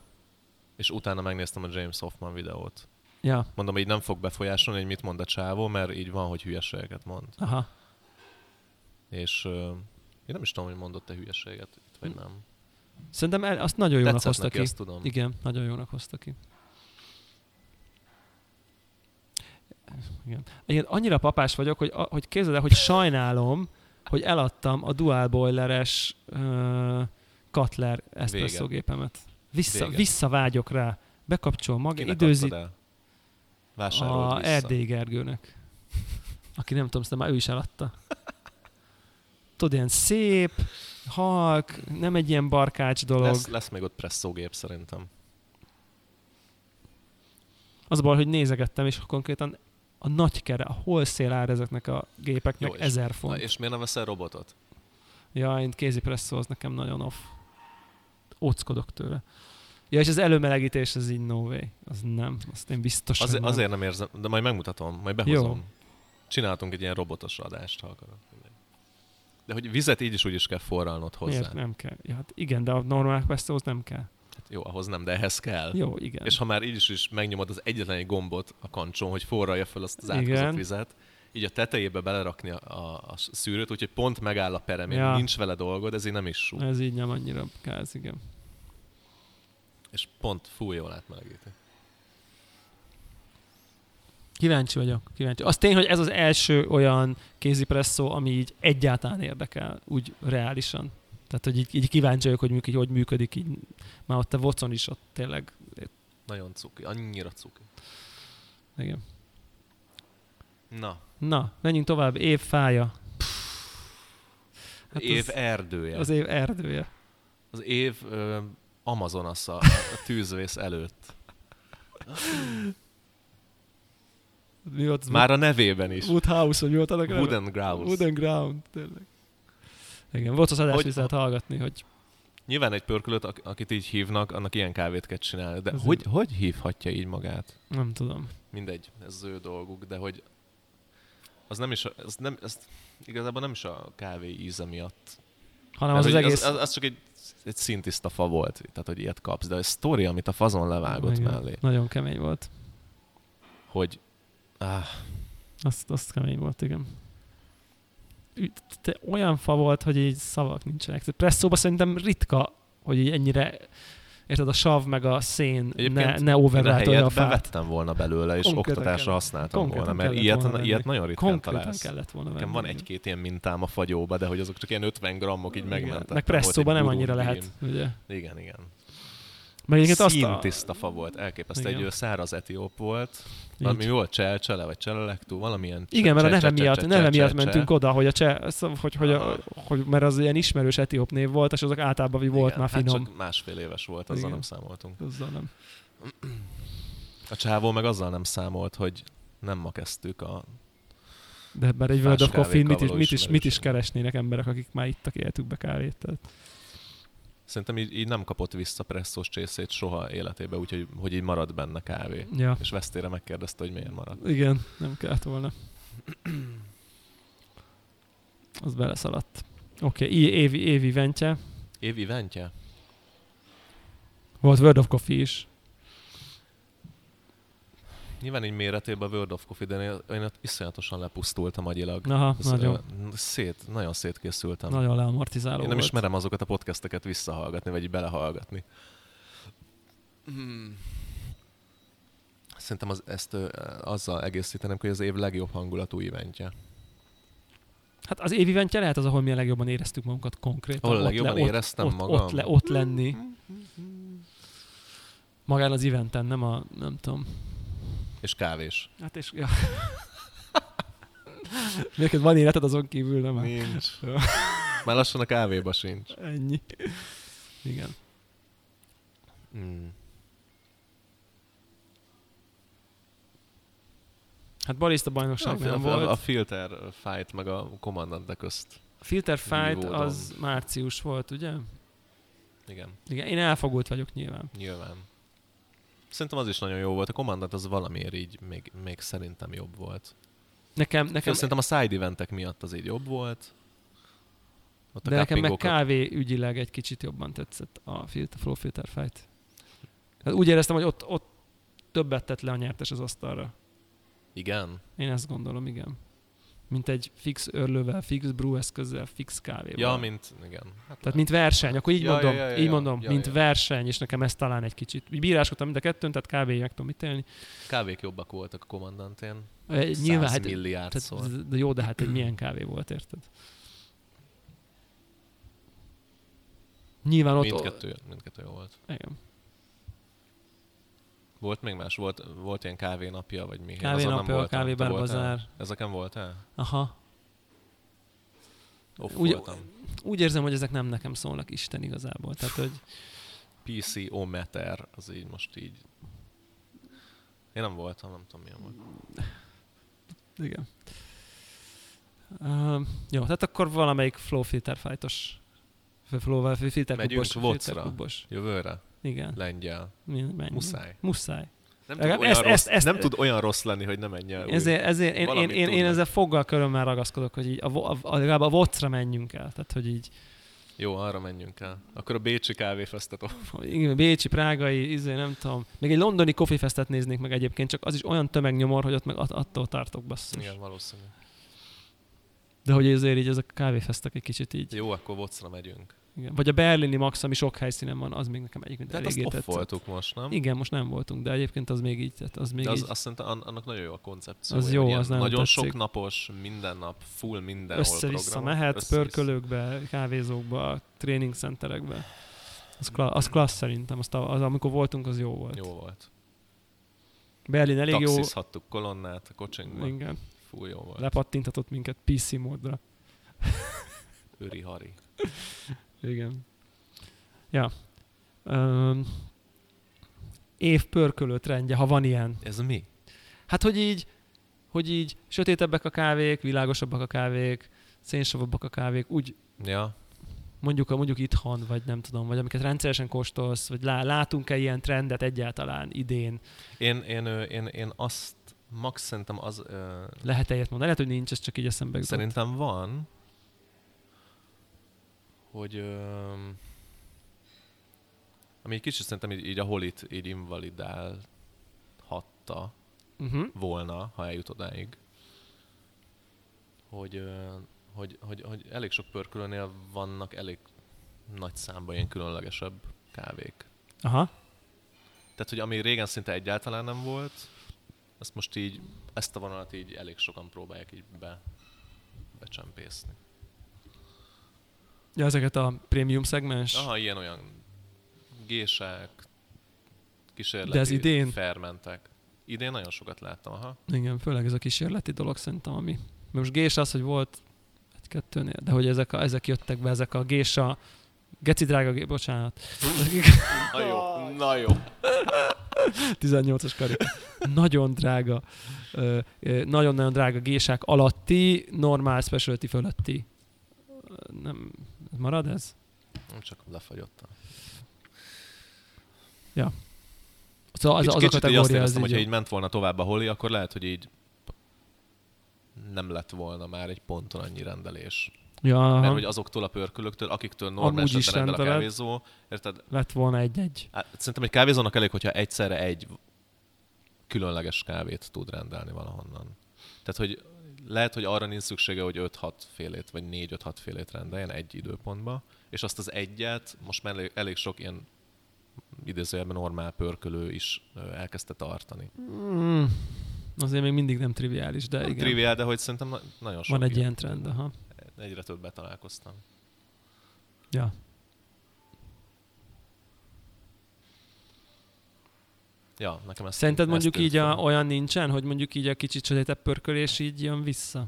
és utána megnéztem a James Hoffman videót. Ja, Mondom, így nem fog befolyásolni, hogy mit mond a csávó, mert így van, hogy hülyeségeket mond. aha. És ö, én nem is tudom, hogy mondott-e hülyeséget, itt, vagy nem. Szerintem el, azt nagyon jónak Tetszett hozta neki, Hm. ki. azt tudom. Igen, nagyon jónak hozta ki. Igen. Igen, annyira papás vagyok, hogy, a- hogy képzeld el, hogy sajnálom, hogy eladtam a dual boileres uh, Cutler espresso gépemet. Vissza, Vége. visszavágyok rá. Bekapcsol maga, Kinek időzít, adtad el? Vásárold a vissza. Erdély Gergőnek. Aki nem tudom, aztán már ő is eladta. Tudod, ilyen szép, halk, nem egy ilyen barkács dolog. Lesz, lesz még ott presszógép szerintem. Az a baj, hogy nézegettem, és konkrétan a nagy kere, a holszél ár ezeknek a gépeknek Jó, és- ezer Na, font. és miért nem veszel robotot? Ja, én kézipresszó, az nekem nagyon off. Óckodok tőle. Ja, és az előmelegítés az így no way. Az nem, azt én biztos, Az, hogy nem. azért nem érzem, de majd megmutatom, majd behozom. Jó. Csináltunk egy ilyen robotos adást, ha akarod. De hogy vizet így is úgy is kell forralnod hozzá. Miért nem kell? Ja, hát igen, de a normál presszóhoz nem kell. Hát Jó, ahhoz nem, de ehhez kell. Jó, igen. És ha már így is, is megnyomod az egyetlen egy gombot a kancsón, hogy forralja föl azt az Igen. átkozott vizet, így a tetejébe belerakni a, a, a szűrőt, úgyhogy pont megáll a peremén, Ja. ja. nincs vele dolgod, ezért nem is sú. Ez így nem annyira gáz, igen. És pont fú, jól átmelegíti. Kíváncsi vagyok, kíváncsi. Az tény, hogy ez az első olyan kézipresszó, ami így egyáltalán érdekel, úgy reálisan. Tehát, hogy így, így kíváncsi vagyok, hogy, működik, hogy működik így. Már ott a vocon is ott tényleg, Nagyon cuki, annyira cuki. igen. Na, Na, menjünk tovább. Év fája. Hát hát év az, erdője. az év erdője. Az év ö, Amazonassa a tűzvész előtt. Mi volt az Már a nevében is. Woodhouse, vagy mi volt annak? a neve? Wooden Grounds. Wooden Ground, tényleg. Igen, volt az adást Hogy- is lehet hallgatni, hogy Nyilván egy pörkölőt, ak- akit így hívnak, annak ilyen kávét kell csinálni. De Ez hogy, egy- hogy hívhatja így magát? nem tudom. Mindegy, ez az ő dolguk, de hogy az nem is, a- az nem, ez igazából nem is a kávé íze miatt. Hanem Mert az, az hogy egész... az, az, csak egy, egy szintiszta fa volt, tehát hogy ilyet kapsz. De a sztori, amit a fazon levágott Igen, mellé, Nagyon kemény volt. hogy áh, Azt, azt kemény volt, igen. Ü- Te olyan fa volt, hogy így szavak nincsenek. Tehát Presszóban szerintem ritka, hogy így ennyire érted, a sav meg a szén ne, Egyébként ne overrátolja a helyet fát. bevettem volna belőle, és Konkrétan oktatásra kellett- használtam konkrétan volna, mert kellett ilyet, volna venni. ilyet nagyon ritkán Konkrétan találsz. kellett volna venni. Nekem van egy-két ilyen mintám a fagyóba, de hogy azok csak ilyen 50 grammok így Igen. megmentettem. Meg Volt presszóban egy nem gurú annyira lehet, bím. ugye? Igen, igen. Meg egyébként azt a... Színtiszta fa volt, elképesztő. Egy Igen. ő száraz etióp volt, Így. valami mi volt, csel, csele, vagy cselelektú, valamilyen Igen, mert a Cseh, neve cseh, cseh, miatt, cseh, neve cseh, miatt cseh, mentünk cseh. oda, hogy a cseh, szóval, hogy, hogy, a, Aha. hogy, mert az ilyen ismerős etióp név volt, és azok általában Ah. Igen, volt már Hát finom. csak másfél éves volt, azzal Igen. nem számoltunk. Azzal nem. A csávó meg azzal nem számolt, hogy nem ma kezdtük a... De már egy World of Fás Coffee mit is, kávékkal mit, is, való mit is ismerőség. keresnének emberek, akik már ittak életükbe kávét. Tehát. Szerintem így, így nem kapott vissza presszós csészét soha életébe, úgyhogy hogy így maradt benne kávé. Ja. És vesztére megkérdezte, hogy miért maradt. Igen, nem kellett volna. Az beleszaladt. Oké, okay, évi, évi ventje. Évi Ventje? Volt World of Coffee is. Nyilván így méretében a World of Coffee, de én- én ott iszonyatosan lepusztultam agyilag. Aha, Ez, nagyon, ö, Szét, nagyon szétkészültem. nagyon leamortizáló Én nem volt. ismerem azokat a podcasteket visszahallgatni, vagy így belehallgatni. Szerintem az, ezt ö, azzal egészítenem, hogy az év legjobb hangulatú eventje. Hát az évi ventje lehet az, ahol mi a legjobban éreztük magunkat konkrétan. Ahol a Ott legjobban le, ott- éreztem ott, magam. Ott, le, ott lenni. Magán az eventen, nem a, nem tudom. És kávés. Hát és, ja. Neked van életed azon kívül, nem? Hát Nincs. Már lassan a kávéba sincs. Ennyi. Igen. Mm. Hát barista A, bajnokság a, nem a, a volt. filter fight meg a kommandante közt. A Filter Fight Nívódom. az március volt, ugye? Igen, Igen, én elfogult vagyok nyilván. nyilván. Szerintem az is nagyon jó volt. A kommandant az valamiért így még, még szerintem jobb volt. Nekem, nekem, Nekem... Szerintem a side eventek miatt az így jobb volt. Ott de nekem meg cuppingokat- kávé ügyileg egy kicsit jobban tetszett a filter, Flow Filter Fight. Hát úgy éreztem, hogy ott, ott többet tett le a nyertes az asztalra. Igen? Én ezt gondolom, igen. Mint egy fix örlővel, fix breweszközzel, fix kávéval. Ja, mint... Igen. Hát Tehát mint verseny, akkor így Ja, mondom, ja, ja, így ja, mondom, ja, mint ja. verseny, és nekem ez talán egy kicsit. Így bíráskodtam mind a kettőn, tehát kb. meg tudom mit élni. Kávék jobbak voltak a kommandantén. E, Nyilván, hát, milliárdszor. tehát, de jó, de hát egy milyen kávé volt, érted? Nyilván ott... Mindkettő, mindkettő jó volt. Igen. Volt még más? Volt, volt ilyen kávénapja, vagy mi? Én azon nem Kávénapja, voltam. Te kávébárbazár. voltál? Ezeken voltál? Aha. Off Ugye- voltam. Úgy érzem, hogy ezek nem nekem szólnak Isten igazából. Tehát, hogy PC Ometer, az így most így... Én nem voltam, nem tudom milyen volt. Igen. Uh, jó, tehát akkor valamelyik flow filter fightos. Flow filter Megyünk kubos. vocra? Filter kubos. Jövőre? Igen. Lengyel. Mi- menjünk. Muszáj. Muszáj. Nem tud, Legalább olyan, ezt- ezt, rossz, ezt- ezt- nem tud olyan rossz lenni, hogy nem menj el. úgy. Ezért, ezért én, én, Valamit én, én tudnak. ezzel foggal körömmel ragaszkodok, hogy így a, vo- a, a, legalább a vocra menjünk el. Tehát, hogy így Jó, arra menjünk el. Akkor a Bécsi kávéfesztet off. igen, Bécsi, Prágai, izé, nem tudom. Még egy londoni coffee festet néznék meg egyébként, csak az is olyan tömegnyomor, hogy ott meg at- attól tartok basszus. Igen, valószínű. De hogy ezért így ezek a kávéfesztek egy kicsit így. Jó, akkor vocra megyünk. Igen. Vagy a berlini max, ami sok helyszínen van, az még nekem egyébként Tehát azt eléggé off tetszett. voltuk most, nem? Igen, most nem voltunk, de egyébként az még így, tehát az még De az, az, így azt szerintem an- annak nagyon jó a koncepció. Az jó, az nagyon nagyon sok tetszik. napos, minden nap, full mindenhol össze-vissza programok. mehet, Össze-vissza. pörkölőkbe, kávézókba, tréning centerekbe. Az, kla- az klassz szerintem, azt a, az, amikor voltunk, az jó volt. Jó. Jó volt. Berlin elég jó, Taxizhattuk kolonnát a kocsinkban. igen, Fú, jó volt. lepattintatott minket PC módra. Öri Hari. Igen. Ja. Um, év pörkölő trendje, ha van ilyen. Ez mi? Hát, hogy így, hogy így sötétebbek a kávék, világosabbak a kávék, szénsavabbak a kávék, úgy, Ja, mondjuk, mondjuk itthon, vagy nem tudom, vagy amiket rendszeresen kóstolsz, vagy lá- látunk-e ilyen trendet egyáltalán idén? Én, én, ö, én, én azt, max szerintem az, ö, Lehet-e ilyet mondani? Lehet, hogy nincs, ez csak így eszembe jutott. szerintem van, hogy ö, ami egy kicsit szerintem így, így a holit így invalidálhatta Uh-huh. volna, ha eljut odáig, hogy, ö, hogy, hogy, hogy elég sok pörkülőnél vannak elég nagy számban ilyen különlegesebb kávék. Aha. Tehát, hogy ami régen szinte egyáltalán nem volt, ezt most így, ezt a vonalat így elég sokan próbálják így be, becsempészni. Ja, ezeket a prémium szegmens. Aha, ilyen-olyan gésák, kísérleti De ez idén? fermentek. Idén nagyon sokat láttam, aha. Igen, főleg ez a kísérleti dolog szerintem, ami... Mert most gés az, hogy volt egy kettőnél, de hogy ezek, a, ezek jöttek be, ezek a gésa... Geci drága, gé- bocsánat, Na jó, na jó. 18-as karik. Nagyon drága, ö, ö, nagyon-nagyon drága gésák alatti, normál specialty fölötti. Ö, Nem, marad ez? Nem csak lefagyottam. Szóval az, Kicsit- az a kicsit így azt kategória, az éreztem, így, hogy ha jó. így ment volna tovább a holi, akkor lehet, hogy így nem lett volna már egy ponton annyi rendelés. ja, Mert aha, hogy azoktól a pörkölöktől, akiktől normál Amúgy is esetben rendel a rendeled. kávézó, érted? lett volna egy-egy. Hát, szerintem egy kávézónak elég, hogyha egyszerre egy különleges kávét tud rendelni valahonnan. Tehát, hogy lehet, hogy arra nincs szüksége, hogy 5-6 félét, vagy 4-5-6 félét rendeljen egy időpontba, és azt az egyet most már elég, elég sok ilyen idézőjelben normál pörkölő is ö, elkezdte tartani. Mm, azért még mindig nem triviális, de Nem igen. triviál, de hogy szerintem na- nagyon sok E, Van egy ilyen trend, aha. Egyre többet találkoztam. Ja. Ja, nekem ez Szerinted ez mondjuk tűnt így a, fel. olyan nincsen, hogy mondjuk így a kicsit sötétebb pörkölés így jön vissza?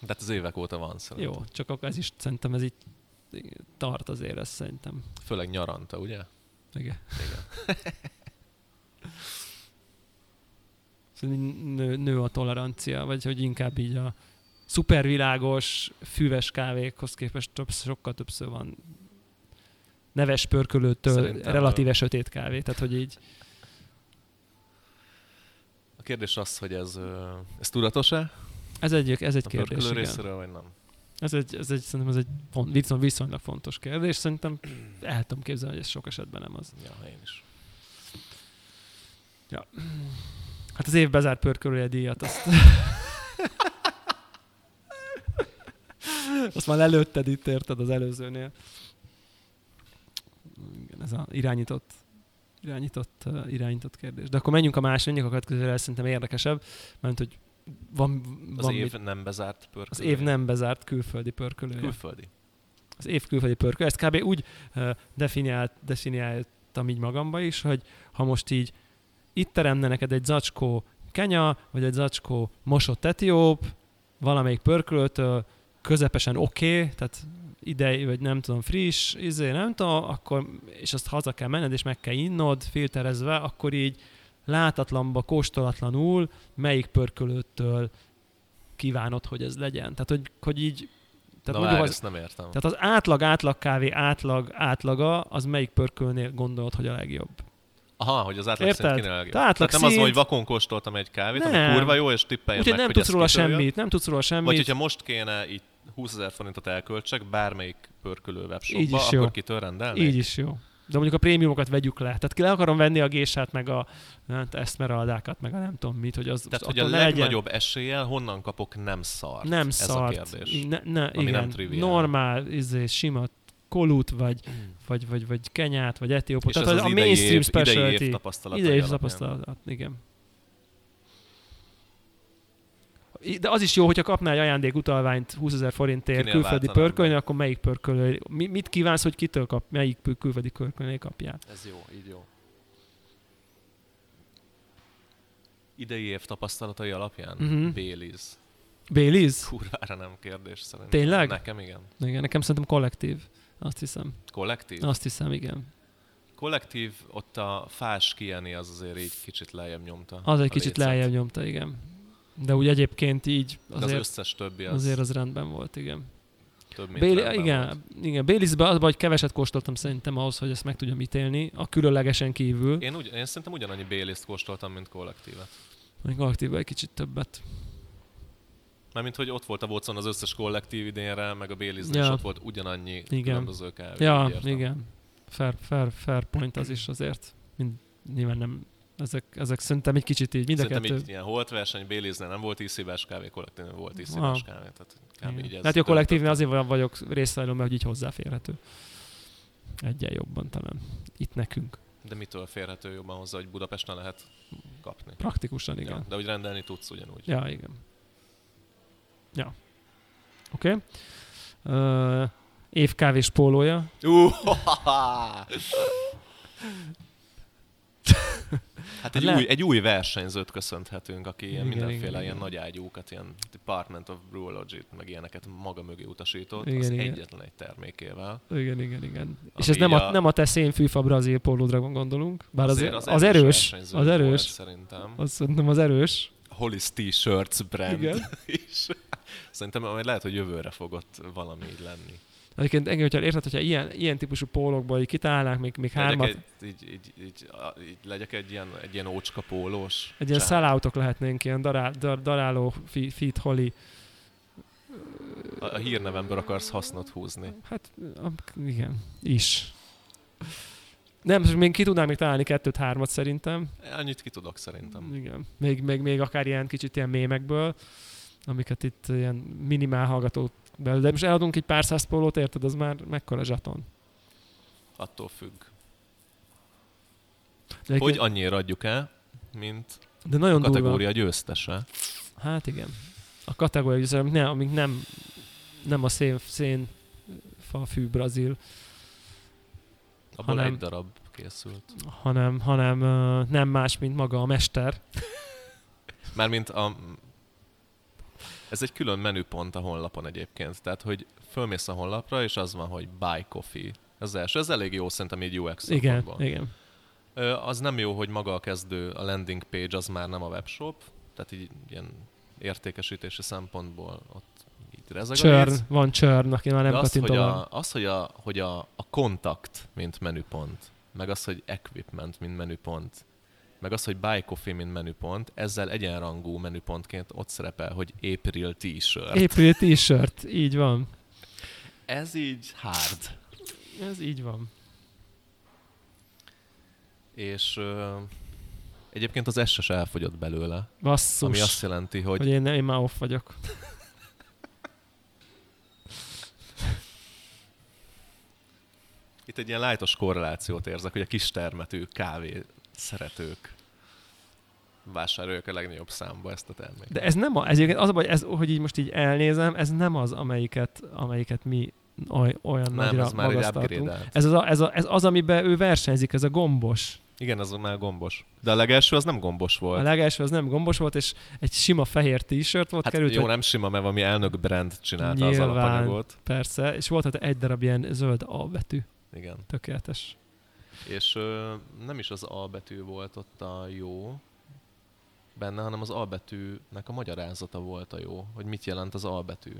De hát az évek óta van szerintem. Jó, csak akkor ez is szerintem ez így tart azért, ez szerintem. Főleg nyaranta, ugye? Igen. Igen. Szerintem így Szóval nő, nő a tolerancia, vagy hogy inkább így a szupervilágos, füves kávékhoz képest több, sokkal többször van neves pörkölőtől Szerintem, relatíve sötét kávé. Tehát, hogy így A kérdés az, hogy ez, ö, ez tudatos-e? ez egy, ez egy A kérdés. pörkölő igen. részéről, vagy nem? Ez egy, ez egy, szerintem ez egy font, viszony, viszonylag fontos kérdés. Szerintem el tudom képzelni, hogy ez sok esetben nem az. Ja, én is. Hát az év bezárt pörkölője díjat, azt... azt már előtted itt érted az előzőnél. Igen, ez a irányított, irányított, eh, irányított kérdés. De akkor menjünk a más, menjünk a következőre, ez szerintem érdekesebb, mert hogy van, van Az év mit- nem bezárt pörkölő. az év nem bezárt külföldi pörkölője. Külföldi. az év külföldi pörkő. Ezt kb. úgy ö, definiált, definiáltam így magamba is, hogy ha most így itt teremne neked egy zacskó kenya, vagy egy zacskó mosott etióp, valamelyik pörkölőtől, közepesen oké, okay, tehát idei, vagy nem tudom, friss, izé, nem tudom, akkor, és azt haza kell menned, és meg kell innod, filterezve, akkor így látatlanba, kóstolatlanul melyik pörkölőtől kívánod, hogy ez legyen. Tehát, hogy, hogy így, Tehát tehát Na mondjuk várj, az, ezt nem értem. tehát az átlag, átlag kávé átlag, átlaga, az melyik pörkölnél gondolod, hogy a legjobb? Aha, hogy az átlag Érted? szint kinél a legjobb. Tehát átlag Tehát nem az, szint- hogy vakon kóstoltam egy kávét, Nem. ami kurva jó, és tippeljem Úgyhogy nem meg, hogy tudsz ez róla kitől jött. semmit, nem tudsz róla semmit. Vagy hogyha most kéne így 20 ezer forintot elköltsek bármelyik pörkölő Így webshopba, is akkor jó. kitől rendelnék? Így is jó. De mondjuk a prémiumokat vegyük le. Tehát ki le akarom venni a gésát, meg a nem, eszmeraldákat, meg a nem tudom mit, hogy az Tehát, az hogy a attól ne legyen. legnagyobb eséllyel honnan kapok nem szart? nem Ez szart. a kérdés. Így Ne, ne, Ami igen, nem nem triviál. Hmm. normál, izé, sima kolút, vagy, vagy, vagy, vagy kenyát, vagy etiópot. És ez Tehát az a idei mainstream év, specialty. idei év tapasztalat. Ide is tapasztalat, igen. I- De az is jó, hogyha kapnál egy ajándékutalványt 20 ezer forintért Kinél külföldi váltanám pörkölni, meg? akkor melyik pörkölő, mi, mit kívánsz, hogy kitől kap, melyik pö- külföldi pörkölnél kapjál? Ez jó, így jó. Idei év tapasztalatai alapján? Mhm. Baileys. Baileys? Kurvára nem kérdés szerintem. Tényleg? Nekem igen. Igen, nekem szerintem kollektív. Azt hiszem. Kollektív? Azt hiszem, igen. Kollektív, ott a fás kieni az azért így kicsit lejjebb nyomta. Az a egy kicsit lécet. lejjebb nyomta, igen. De úgy egyébként így De az azért, összes többi az azért az rendben volt, igen. több, mint Béli, rendben volt. igen, igen. Bélisbe az, hogy keveset kóstoltam szerintem ahhoz, hogy ezt meg tudjam ítélni, a különlegesen kívül. Én, ugy, én szerintem ugyanannyi bélészt kóstoltam, mint kollektívet. Még aktívban egy kicsit többet. Mármint, hogy ott volt a Watson az összes kollektív idénre, meg a Baileys Ja. is ott volt ugyanannyi igen. különböző kávé. ja, úgy értem. igen. Fair, fair, fair point az is azért. Mind, nyilván nem, ezek, ezek szerintem egy kicsit így, mind a Szerintem kettő. így ilyen holt verseny, Béléznél nem volt 10 szívás kávé, kollektívnél volt 10 szívás Ah. kávé. Tehát kb. így Igen. ez Hát jó kollektívnél döntött. azért vagy- vagyok részvajló, mert hogy így hozzáférhető. Egyen jobban talán. Itt nekünk. De mitől férhető jobban hozzá, hogy Budapesten lehet kapni? Praktikusan, igen. Ja, de hogy rendelni tudsz ugyanúgy. Ja, igen. Ja. Oké. Okay. Uh, évkávés pólója. Uh, hát egy, le- új, egy új versenyzőt köszönthetünk, aki ilyen Igen, mindenféle igen, ilyen igen. nagy ágyúkat, ilyen Department of Brewology-t, meg ilyeneket maga mögé utasított, Igen, az igen. egyetlen egy termékével. Igen, igen, igen. Ami És Ami ez nem a, a- nem a te szénfűfa brazil pólódra gondolunk, bár az, az, az erős erős, versenyző az volt erős, Szerintem. az szerintem az erős. Hollis T-shirts brand Igen. is. Szerintem majd lehet, hogy jövőre fogott valami így lenni. Egyébként engem, hogyha érted, hogyha ilyen, ilyen típusú pólókból így kitalálnák még, még hármat, egy, Legyek egy, így, így, így, a- így, legyek egy ilyen, egy ilyen ócska pólós. ilyen csávó. szállautok lehetnénk, ilyen darál, dar, daráló, fi- fit, holi, A, a hírnevemből akarsz hasznot húzni. hát am- igen, is. Nem, most még ki tudnám még találni kettőt-hármat szerintem. Annyit ki tudok szerintem. Igen. Még, még, még akár ilyen kicsit ilyen mémekből, amiket itt ilyen minimál hallgató belőle. De most eladunk egy pár száz pólót, érted? Az már mekkora zsaton. Attól függ. De, Hogy hogy annyira adjuk el, mint de a nagyon durva. kategória győztese. Hát igen. A kategória, ugye, amik, nem, amik nem, nem a szén, szén fa, fű, brazil, Abból Hanem- egy darab készült. hanem, hanem ö, nem más, mint maga a mester. Mármint a... Ez egy külön menüpont a honlapon egyébként. Tehát, hogy fölmész a honlapra, és az van, hogy buy coffee. Ez az első. Ez elég jó szerintem így UX Igen, szempontból. igen. Ö, Az nem jó, hogy maga a kezdő, a landing page az már nem a webshop, tehát így ilyen értékesítési szempontból ott így rezeg a Csörn, léc. van csörn, aki már nem De az, kattint hogy, tovább. a, az, hogy, a, hogy a, a kontakt, mint menüpont, meg az, hogy equipment, mint menüpont, meg az, hogy buy coffee, mint menüpont, ezzel egyenrangú menüpontként ott szerepel, hogy April t-shirt. April t-shirt, így van. Ez így hard. Ez így van. És ö, egyébként az S se elfogyott belőle, Basszus. ami azt jelenti, hogy Hogy, én, én már off vagyok. Itt egy ilyen lájtos korrelációt érzek, hogy a kistermetű kávé szeretők vásárolják a legnagyobb számba ezt a terméket. De ez nem a, ez egyébként az a baj, ez, hogy így most így elnézem, ez nem az, amelyiket, amelyiket mi oly, olyan nem, nagyra ez már egy magasztaltunk. upgrade Ez az, a, ez, a, ez az, amiben ő versenyzik, ez a gombos. Igen, az már gombos. De a legelső az nem gombos A volt. legelső az nem gombos volt, és egy sima fehér t-shirt volt, hát került jó, hogy nem sima, mert valami elnök brand csinálta Nyilván. az alapanyagot. persze, és volt hát egy darab ilyen zöld A betű, Igen. tökéletes. És ö, nem is az A betű volt ott a jó benne, hanem az A betűnek a magyarázata volt a jó, hogy mit jelent az A betű.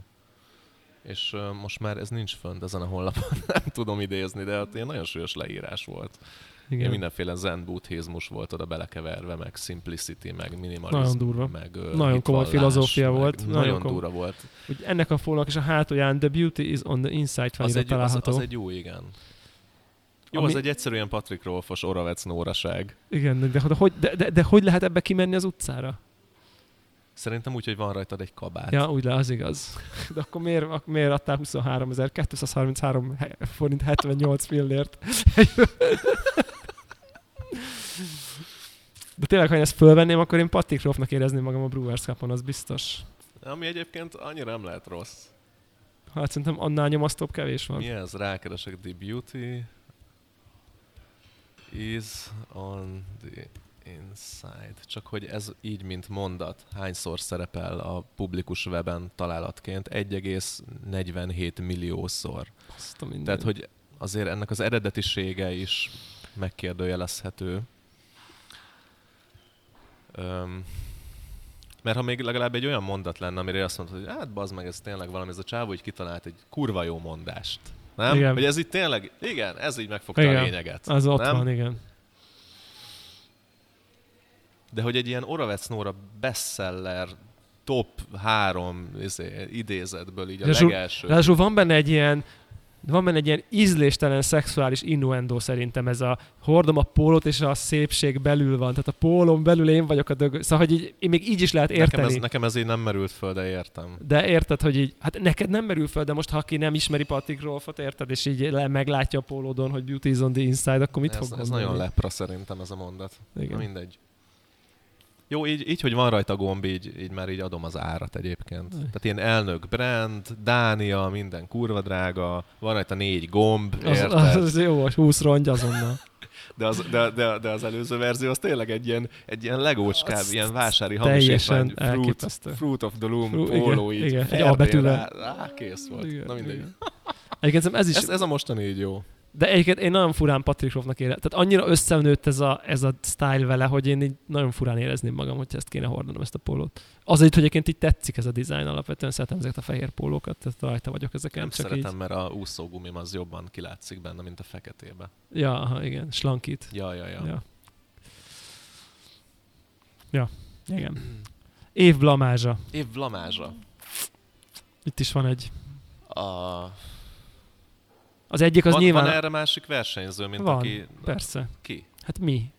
És ö, most már ez nincs fönt ezen a honlapon, nem tudom idézni, de ott ilyen nagyon súlyos leírás volt. Igen. Igen. Mindenféle zen buddhizmus volt oda belekeverve, meg simplicity, meg minimalizmus. Nagyon durva. Meg, ö, Nagyon komoly hitvallás, filozófia meg volt, Nagyon, nagyon nagyon kom- durva volt. Úgy ennek a fónak és a hátulján The Beauty is on the inside Az felira egy, az, található. az egy jó, igen. Jó, Ami... Ami- az egy egyszerűen Patrick Rolfos Oravec Nóraság. Igen, de, de, hogy, de, de, de hogy lehet ebbe kimenni az utcára? Szerintem úgy, hogy van rajtad egy kabát. Ja, úgy le, az igaz. Hát- De akkor miért, ak- miért adtál 23.233 he- forint 78 fillért? De tényleg, ha én ezt fölvenném, akkor én Patrick Roffnak érezném magam a Brewers Cupon, az biztos. Ami egyébként annyira nem lehet rossz. Hát szerintem annál nyomasztóbb kevés van. Mi ez? Rákeresek The Beauty is on the inside. Csak hogy ez így, mint mondat, hányszor szerepel a publikus weben találatként? 1,47 milliószor. Azt a mindent. Tehát, hogy azért ennek az eredetisége is megkérdőjelezhető. Öm, mert ha még legalább egy olyan mondat lenne, amire azt mondod, hogy hát bazd meg, ez tényleg valami, ez a csávó így kitalált egy kurva jó mondást. Nem? Igen. Igen. Hogy ez így tényleg, igen, ez így megfogta Igen. a lényeget. Az ott nem? van, igen. De hogy egy ilyen Oravec Nóra bestseller top három izé, idézetből így a Ráadásul- legelső. hát Ráadásul van benne egy ilyen van benne egy ilyen ízléstelen szexuális innuendo szerintem ez a hordom a pólót, és a szépség belül van. Tehát a pólom belül én vagyok a dög... Szóval, hogy így, még így is lehet érteni. Nekem ez, nekem ez így nem merült föl, de értem. De érted, hogy így, hát neked nem merül föl, de most ha aki nem ismeri Patrick Rolfot, érted, és így le, meglátja a pólódon, hogy Beauty is on the inside, akkor mit ez, fog ez gondolni? nagyon lepra szerintem ez a mondat. Na, Igen. mindegy. Jó, így, így, hogy van rajta gomb, így, így már így adom az árat egyébként. Aj. Tehát ilyen elnök brand, Dánia, minden kurva drága, van rajta négy gomb, Az, érted? az, az, jó, az 20 rongy azonnal. De, az, de, de, de, az előző verzió az tényleg egy ilyen, egy ilyen legócskább, Azt ilyen vásári teljesen hamisítvány, fruit, elképesztő. fruit of the Loom Fru- Fru, igen, póló, így igen, egy ferdél A betűvel. Rá, rá, kész volt. Igen, Na mindegy. igen. Egyébként szerintem ez is, Ez, ez a mostani így jó. de egyébként én nagyon furán Patrick Rothnak ére, tehát annyira összenőtt ez a, ez a style vele, hogy én így nagyon furán érezném magam, hogy ezt kéne hordanom ezt a pólót. Azért, hogy egyébként így tetszik ez a design alapvetően, szeretem ezeket a fehér pólókat, tehát rajta vagyok ezeken. Nem csak szeretem, mert a úszógumim az jobban kilátszik benne, mint a feketébe. Így, ja, aha, igen, slankít. Ja, ja, ja. Ja. Ja, Mm. igen. Év blamázsa. Év blamázsa. Itt is van egy. A... Az egyik az van, nyilván... van erre másik versenyző, mint Van, aki... Persze. Ki? Hát mi?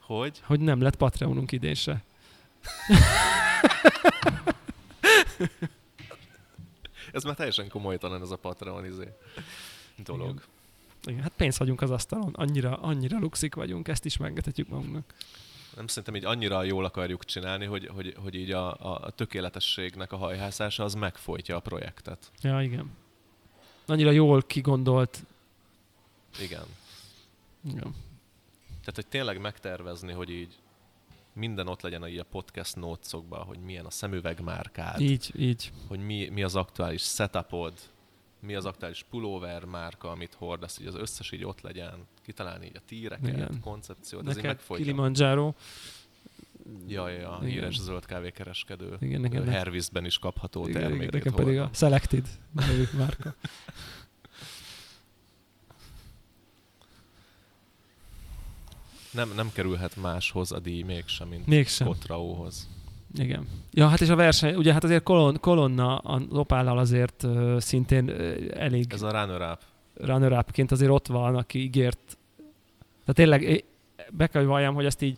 Hogy? Hogy nem lett Patreonunk idén se. Ez már teljesen komolytalan ez a Patreon izé dolog. Igen. Igen, hát pénzt hagyunk az asztalon. Annyira, annyira luxik vagyunk, ezt is meggethetjük magunknak. Nem szerintem így annyira jól akarjuk csinálni, hogy, hogy, hogy így a, a, a tökéletességnek a hajhászása az megfojtja a projektet. Ja, igen. Annyira jól kigondolt. Igen. Igen. Tehát, hogy tényleg megtervezni, hogy így minden ott legyen így a podcast nótszokban, hogy milyen a szemüveg márkád, Így, így. hogy mi, mi az aktuális setupod, mi az aktuális pullover márka, amit hordasz, így az összes így ott legyen, kitalálni így a tíreket, Igen. Igen. koncepciót, ez így Neked megfojtja. Kilimanjaro. Ja, ja, ja, Igen. híres zöld kávékereskedő. Igen, Ő nekem, ne- Hervisben is kapható igen, igen, termékét. nekem pedig a hordasz. Selected nevű márka. Nem, nem kerülhet máshoz a díj mégsem, mint Mégsem. Kotraóhoz. Igen. Ja, hát és a verseny, ugye hát azért kolon, kolonna a lopállal azért uh, szintén uh, elég Ez a runner up. runner upként azért ott van, aki ígért. Tehát tényleg é- be kell, hogy valljam, hogy ezt így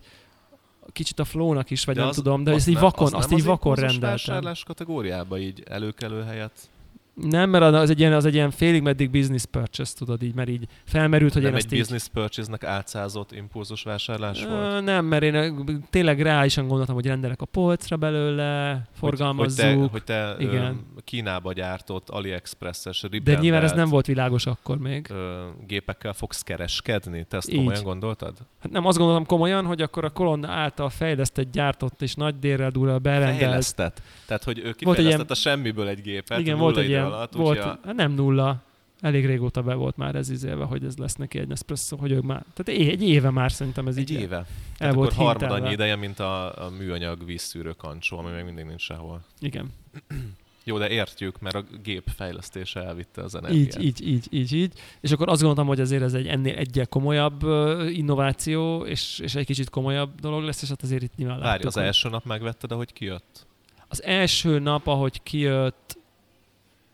kicsit a flónak is, vagy De nem az- tudom, de ezt nem- így vakon, azt, nem így az vakon impulzus rendeltem. vásárlás kategóriába így előkelő helyett. Nem, mert az egy ilyen, az egy ilyen félig meddig business purchase, tudod így, mert így felmerült, hogy Hogy nem én egy ezt így... business purchase-nek átszázott impulzus vásárlás Ö, volt. nem, mert én ö, tényleg reálisan gondoltam, hogy rendelek a polcra belőle, Hogy forgalmazzuk, te, hogy te Igen. Igen. Kínába gyártott AliExpress-es de rebrandelt, nyilván ez nem volt világos akkor még. ö, gépekkel fogsz kereskedni? Te ezt Így. komolyan gondoltad? Hát nem, azt gondolom komolyan, hogy akkor a kolonna által fejlesztett, gyártott és nagy délrel durral berendelt Fejlesztett. Tehát, hogy ő Volt egy ilyen- kifejlesztett a semmiből egy gépet, Igen, nulla volt egy idő ilyen, alatt, volt, úgyhogy a- hát nem nulla, elég régóta be volt már ez izélve, hogy ez lesz neki egy Nespresso, hogy ő már, tehát é- egy éve már szerintem ez egy így éve. el Tehát volt akkor harmad hintelve. annyi ideje, mint a, a műanyag vízszűrő kancsó, ami még mindig nincs sehol. Igen, Jó, de értjük, mert a gép fejlesztése elvitte az energiát. így, így, így, így, így. És akkor azt gondoltam, hogy azért ez egy ennél egyel komolyabb ö, innováció, és, és egy kicsit komolyabb dolog lesz, és hát azért itt nyilván Várj, láttuk, az hogy- első nap megvetted, ahogy kijött? az első nap, ahogy kijött,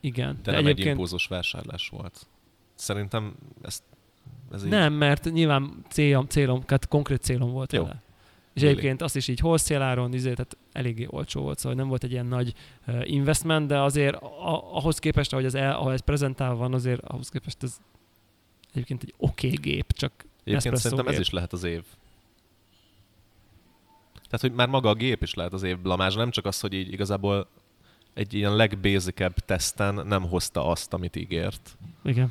igen. De, de nem egy impulzus vásárlás volt. Szerintem ezt, ez így... Nem, mert nyilván célom, célom tehát konkrét célom volt Jó. Jó. vele. És Really? egyébként azt is így holszéláron, izé, tehát eléggé olcsó volt, szóval nem volt egy ilyen nagy ö, investment, de azért a, ahhoz képest, ahogy ez, el, ahogy ez prezentálva van, azért ahhoz képest ez egyébként egy oké okay gép, csak Egyébként Nespresso szerintem ez gép. is lehet az év. Tehát, hogy már maga a gép is lehet az év blamás, nem csak az, hogy így igazából egy ilyen legbézikebb teszten nem hozta azt, amit ígért. igen,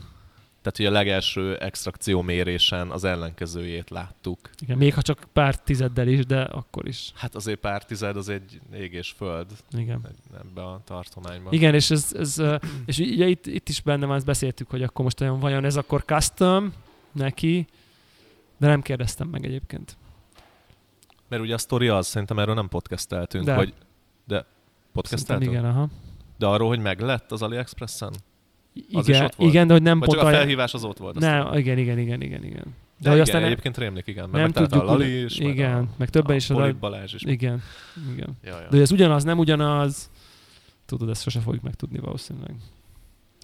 Tehát, hogy a legelső extrakció mérésen az ellenkezőjét láttuk. igen, még ha csak pár tizeddel is, de akkor is. Hát azért pár tized, az egy ég és föld Igen. ebbe a tartományban. Igen, és, ez, ez, ö, és ugye itt, itt is benne van, ezt beszéltük, hogy akkor most olyan vajon ez akkor custom neki, de nem kérdeztem meg egyébként. Mert ugye a sztori az, szerintem erről nem podcasteltünk, De. de. vagy... De Szerintem podcasteltünk? igen, aha. De arról, hogy meg lett az AliExpress-en? Az is Igen, ott volt? igen, de hogy nem Vagy pont csak a olyan... felhívás az ott volt? aztán? Nem, igen, igen, igen, igen, igen. De, de hogy igen, aztán aztán nem- egyébként rémlik, igen, mert nem megtalálta tudjuk, a Lali is, meg igen, a, meg, többen is a a Polit Lali- Balázs is. Igen, igen. Ja, ja. De hogy ez ugyanaz, nem ugyanaz, tudod, ezt sose fogjuk megtudni valószínűleg.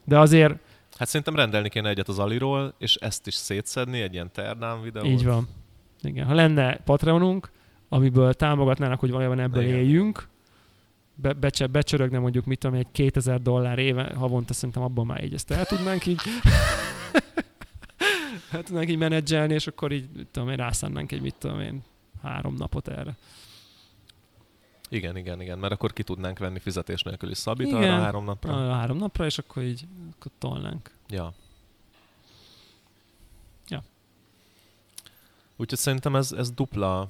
De azért Hát szerintem rendelni kéne egyet az Aliról, és ezt is szétszedni, egy ilyen ternám videót. Így van. Igen. Ha lenne Patreonunk, amiből támogatnának, hogy valójában ebből Igen. Igen. éljünk, be, becse, becsörögne mondjuk, mit tudom, én, egy 2000 dollár éve, havonta szerintem abban már így ezt el tudnánk így el tudnánk így menedzselni, és akkor így, mit tudom én, rászánnánk egy, mit tudom én, három napot erre. Igen, igen, igen, mert akkor ki tudnánk venni fizetés nélküli szabit Igen. Ah. arra három napra. Arra három napra, és akkor így akkor tolnánk. Ja. Ja. Úgyhogy szerintem ez, ez dupla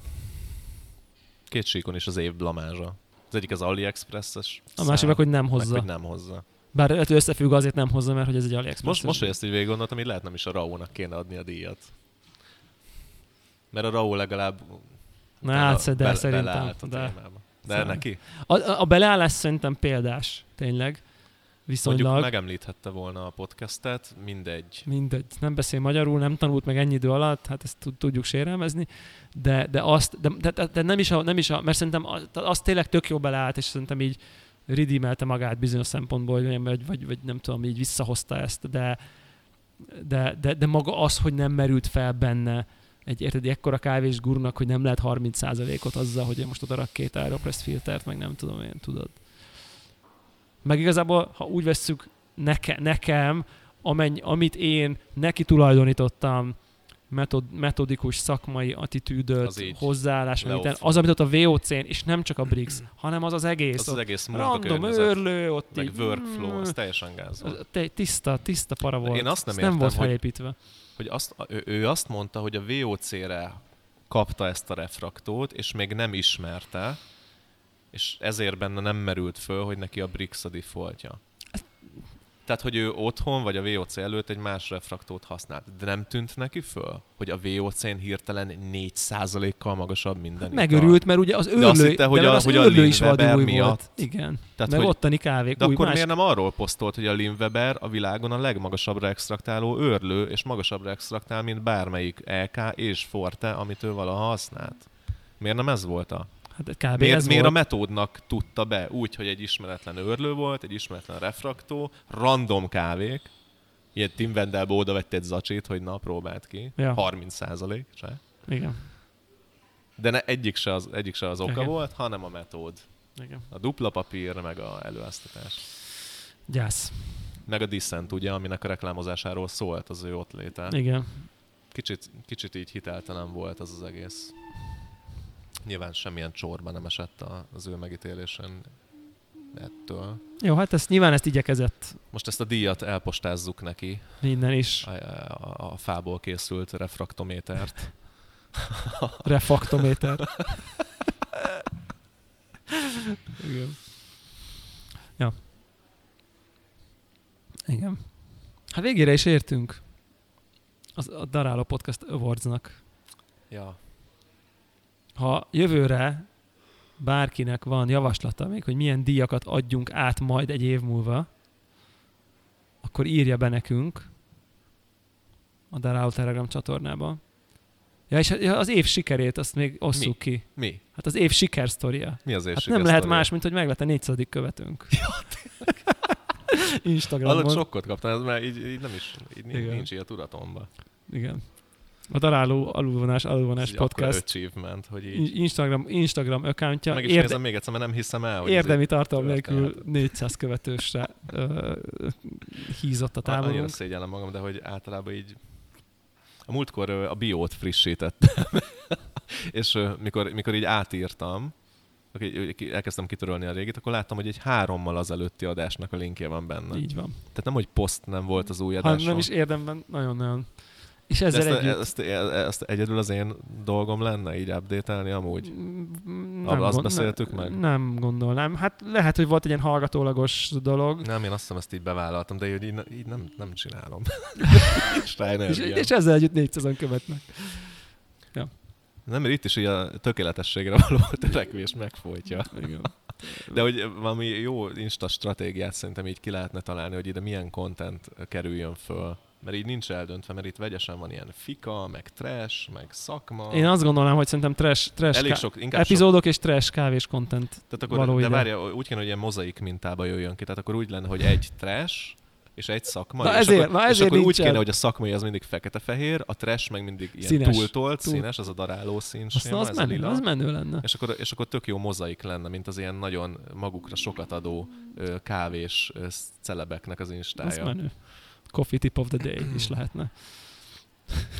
két síkon is az év blamázsa. Az egyik az AliExpress-es. A másik meg, hogy nem Meg, hozza. hogy nem hozza. Bár lehet, hogy összefügg azért nem hozza, mert hogy ez egy AliExpress. Most, most, hogy ezt így végig gondoltam, így lehet nem is a RAW-nak kéne adni a díjat. Mert a RAW legalább Na, utána hát, de bele- szerintem. beleállt a De. témába. De Szerintem. neki? A, a a beleállás szerintem példás, tényleg. Viszonylag. Mondjuk megemlíthette volna a podcastet, mindegy. mindegy, nem beszél magyarul, nem tanult meg ennyi idő alatt, hát ezt tud- tudjuk sérelmezni, de, de azt, de, de- de, de nem, is a, nem is a, mert szerintem az, az tényleg tök jó beleállt, és szerintem így ridimelte magát bizonyos szempontból, vagy- vagy, vagy, vagy nem tudom, így visszahozta ezt, de, de, de, de maga az, hogy nem merült fel benne egy, érted, egy ekkora kávés gurnak, hogy nem lehet 30%-ot azzal, hogy én most odarak két Aeropress filtert, meg nem tudom én, tudod. Meg igazából, ha úgy vesszük neke, nekem, amenny, amit én neki tulajdonítottam, metod, metodikus szakmai attitűdöt, Az így hozzáállás, amit leoff. az, amit ott a VOC-n, és nem csak a BRICS, hanem az az egész, Az, az egész Random munkakörnyezet, őrlő, ott meg így, workflow, mm, az teljesen gáz volt. az- te- tiszta, tiszta para De volt. én azt nem Ez értem, nem volt hogy- felépítve. hogy azt, ő, ő azt mondta, hogy a VOC-re kapta ezt a refraktót, és még nem ismerte, és ezért benne nem merült föl, hogy neki a BRICS a defaultja. Tehát, hogy ő otthon vagy a VOC előtt egy más refraktót használt. De nem tűnt neki föl, hogy a VOC-n hirtelen 4%-kal magasabb minden. ital? Hát Megörült, mert ugye az De őrlő, azt hitte, hogy de a- az hogy a őrlő is Lindweber vadul új miatt. volt. Igen, Tehát, meg hogy, ottani kávék, de új akkor más. miért nem arról posztolt, hogy a Linweber a világon a legmagasabbra extraktáló őrlő, és magasabbra extraktál, mint bármelyik LK és Forte, amit ő valaha használt? Miért nem ez volt a? Hát kb. Miért, ez miért volt. a metódnak tudta be? Úgy, hogy egy ismeretlen őrlő volt, egy ismeretlen refraktó, random kávék, ilyen Tim Wendelbe oda vett egy zacsit, hogy na, próbáld ki. Ja. 30 százalék, se. Igen, De ne, egyik, se az, egyik se az oka Igen. volt, hanem a metód. igen. A dupla papír, meg a előáztatás. Gyász. Meg a Dissent, ugye, aminek a reklámozásáról szólt az ő ott léte. Igen. Kicsit, kicsit így hiteltelen volt az az egész. Nyilván semmilyen csorba nem esett a- az ő megítélésen ettől. Jó, hát ezt nyilván ezt igyekezett Most ezt a díjat elpostázzuk neki, minden is. a, a, a fából készült refraktométert. Refaktométer. Igen. Ja. Igen. Hát végére is értünk az, a Daráló Podcast Awardsnak. Ja. Ha jövőre bárkinek van javaslata még, hogy milyen díjakat adjunk át majd egy év múlva, akkor írja be nekünk a Daráló Telegram csatornába. Ja, és ja, az év sikerét azt még osszuk Mi? ki. Mi? Hát az év sikersztoria. Mi az Hát érség nem lehet más, mint hogy meg lett a 400. követőnk. Instagramon. Alatt sokkot kaptam, ez már így, így nem is, így nincs, Igen. nincs így a tudatomban. Igen. A daráló alulvonás, Ez alulvonás egy akkora podcast. achievement, hogy így. In- Instagram, Instagram accountja. Meg is Érde- nézem még egyszer, mert nem hiszem el, hogy ez érdemi tartalom történet. nélkül 400 követősre ö, hízott a A- Annyira távolunk. szégyellem magam, de hogy általában így... A múltkor ö, a biót frissítettem, és ö, mikor, mikor így átírtam, akkor így- így ki- elkezdtem kitörölni a régit, akkor láttam, hogy egy hárommal az előtti adásnak a linkje van benne. Így. Így van. Tehát nem, hogy poszt nem volt az új Ha adásom. nem is érdemben, nagyon-nagyon. És De ezzel ezt, együtt... ezt, ezt, ezt, egyedül az én dolgom lenne így update-elni amúgy. Mm, Abba azt gond- beszéltük meg? Nem gondolnám. Hát lehet, hogy volt egy ilyen hallgatólagos dolog, Nem, én azt hiszem, ezt így bevállaltam, de így, így- így nem, nem csinálom. Nincs rá és, energiám. és ezzel együtt 400 követnek. Nem, mert itt is így a tökéletességre való törekvés megfojtja. Igen. De hogy valami jó Insta stratégiát szerintem így ki lehetne találni, hogy ide milyen content kerüljön föl. Mert így nincs eldöntve, mert itt vegyesen van ilyen fika, meg trash, meg szakma. Én azt gondolnám, hogy szerintem trash, trash Ah. Elég ká- sok, inkább epizód... epizódok és trash kávés content. sok, tehát akkor, való de ide. várja, úgy kéne, hogy ilyen mozaik mintába jöjjön ki. Tehát akkor úgy lenne, hogy egy trash, és egy szakmai. Na és ezért- akkor, na és ezért akkor úgy nincsen. kéne, hogy a szakmai az mindig fekete-fehér, a trash meg mindig ilyen Színes. színes. túltolt, Túl- színes, az a daráló szín. Aztán séma, az, ez a menő, lila. az menő lenne. És akkor, és akkor tök jó mozaik lenne, mint az ilyen nagyon magukra sokat adó ö, kávés ö, sz- celebeknek az Az instája. menő. Coffee tip of the day is lehetne.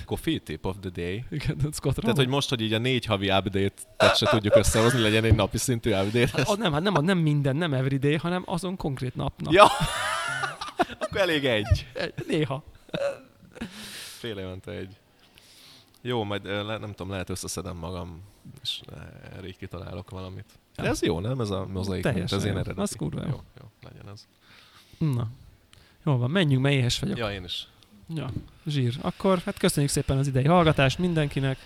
Coffee tip of the day. Igen, az Scott Tehát, hogy most, hogy így a négy havi update-et se tudjuk összehozni, legyen egy napi szintű update. a, nem, hát nem, a- nem minden, nem everyday, hanem azon konkrét napnak. E, Ja! Akkor elég egy. Néha. Fél évente egy. Jó, majd ö, le, nem tudom, lehet összeszedem magam, és erre így kitalálok valamit. De Ja. ez jó, nem? Ez a mozaik, mint Teljesen az én jó. eredeti. Az kurva jó. jó. Jó, legyen ez. Na. Jól van, menjünk, mert éhes vagyok. Ja, én is. Ja, zsír. Akkor hát köszönjük szépen az idei hallgatást mindenkinek.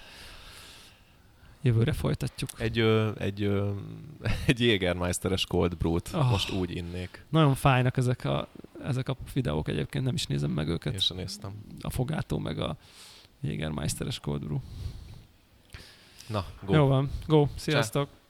Jövőre folytatjuk. Egy, ö, egy, ö, egy Jägermeisteres cold brew-t Ah. oh. most úgy innék. Nagyon fájnak ezek a, ezek a videók, egyébként nem is nézem meg őket. Én sem néztem. A fogátó meg a Jägermeisteres Cold Brew. Na, go. Jó van, go, sziasztok!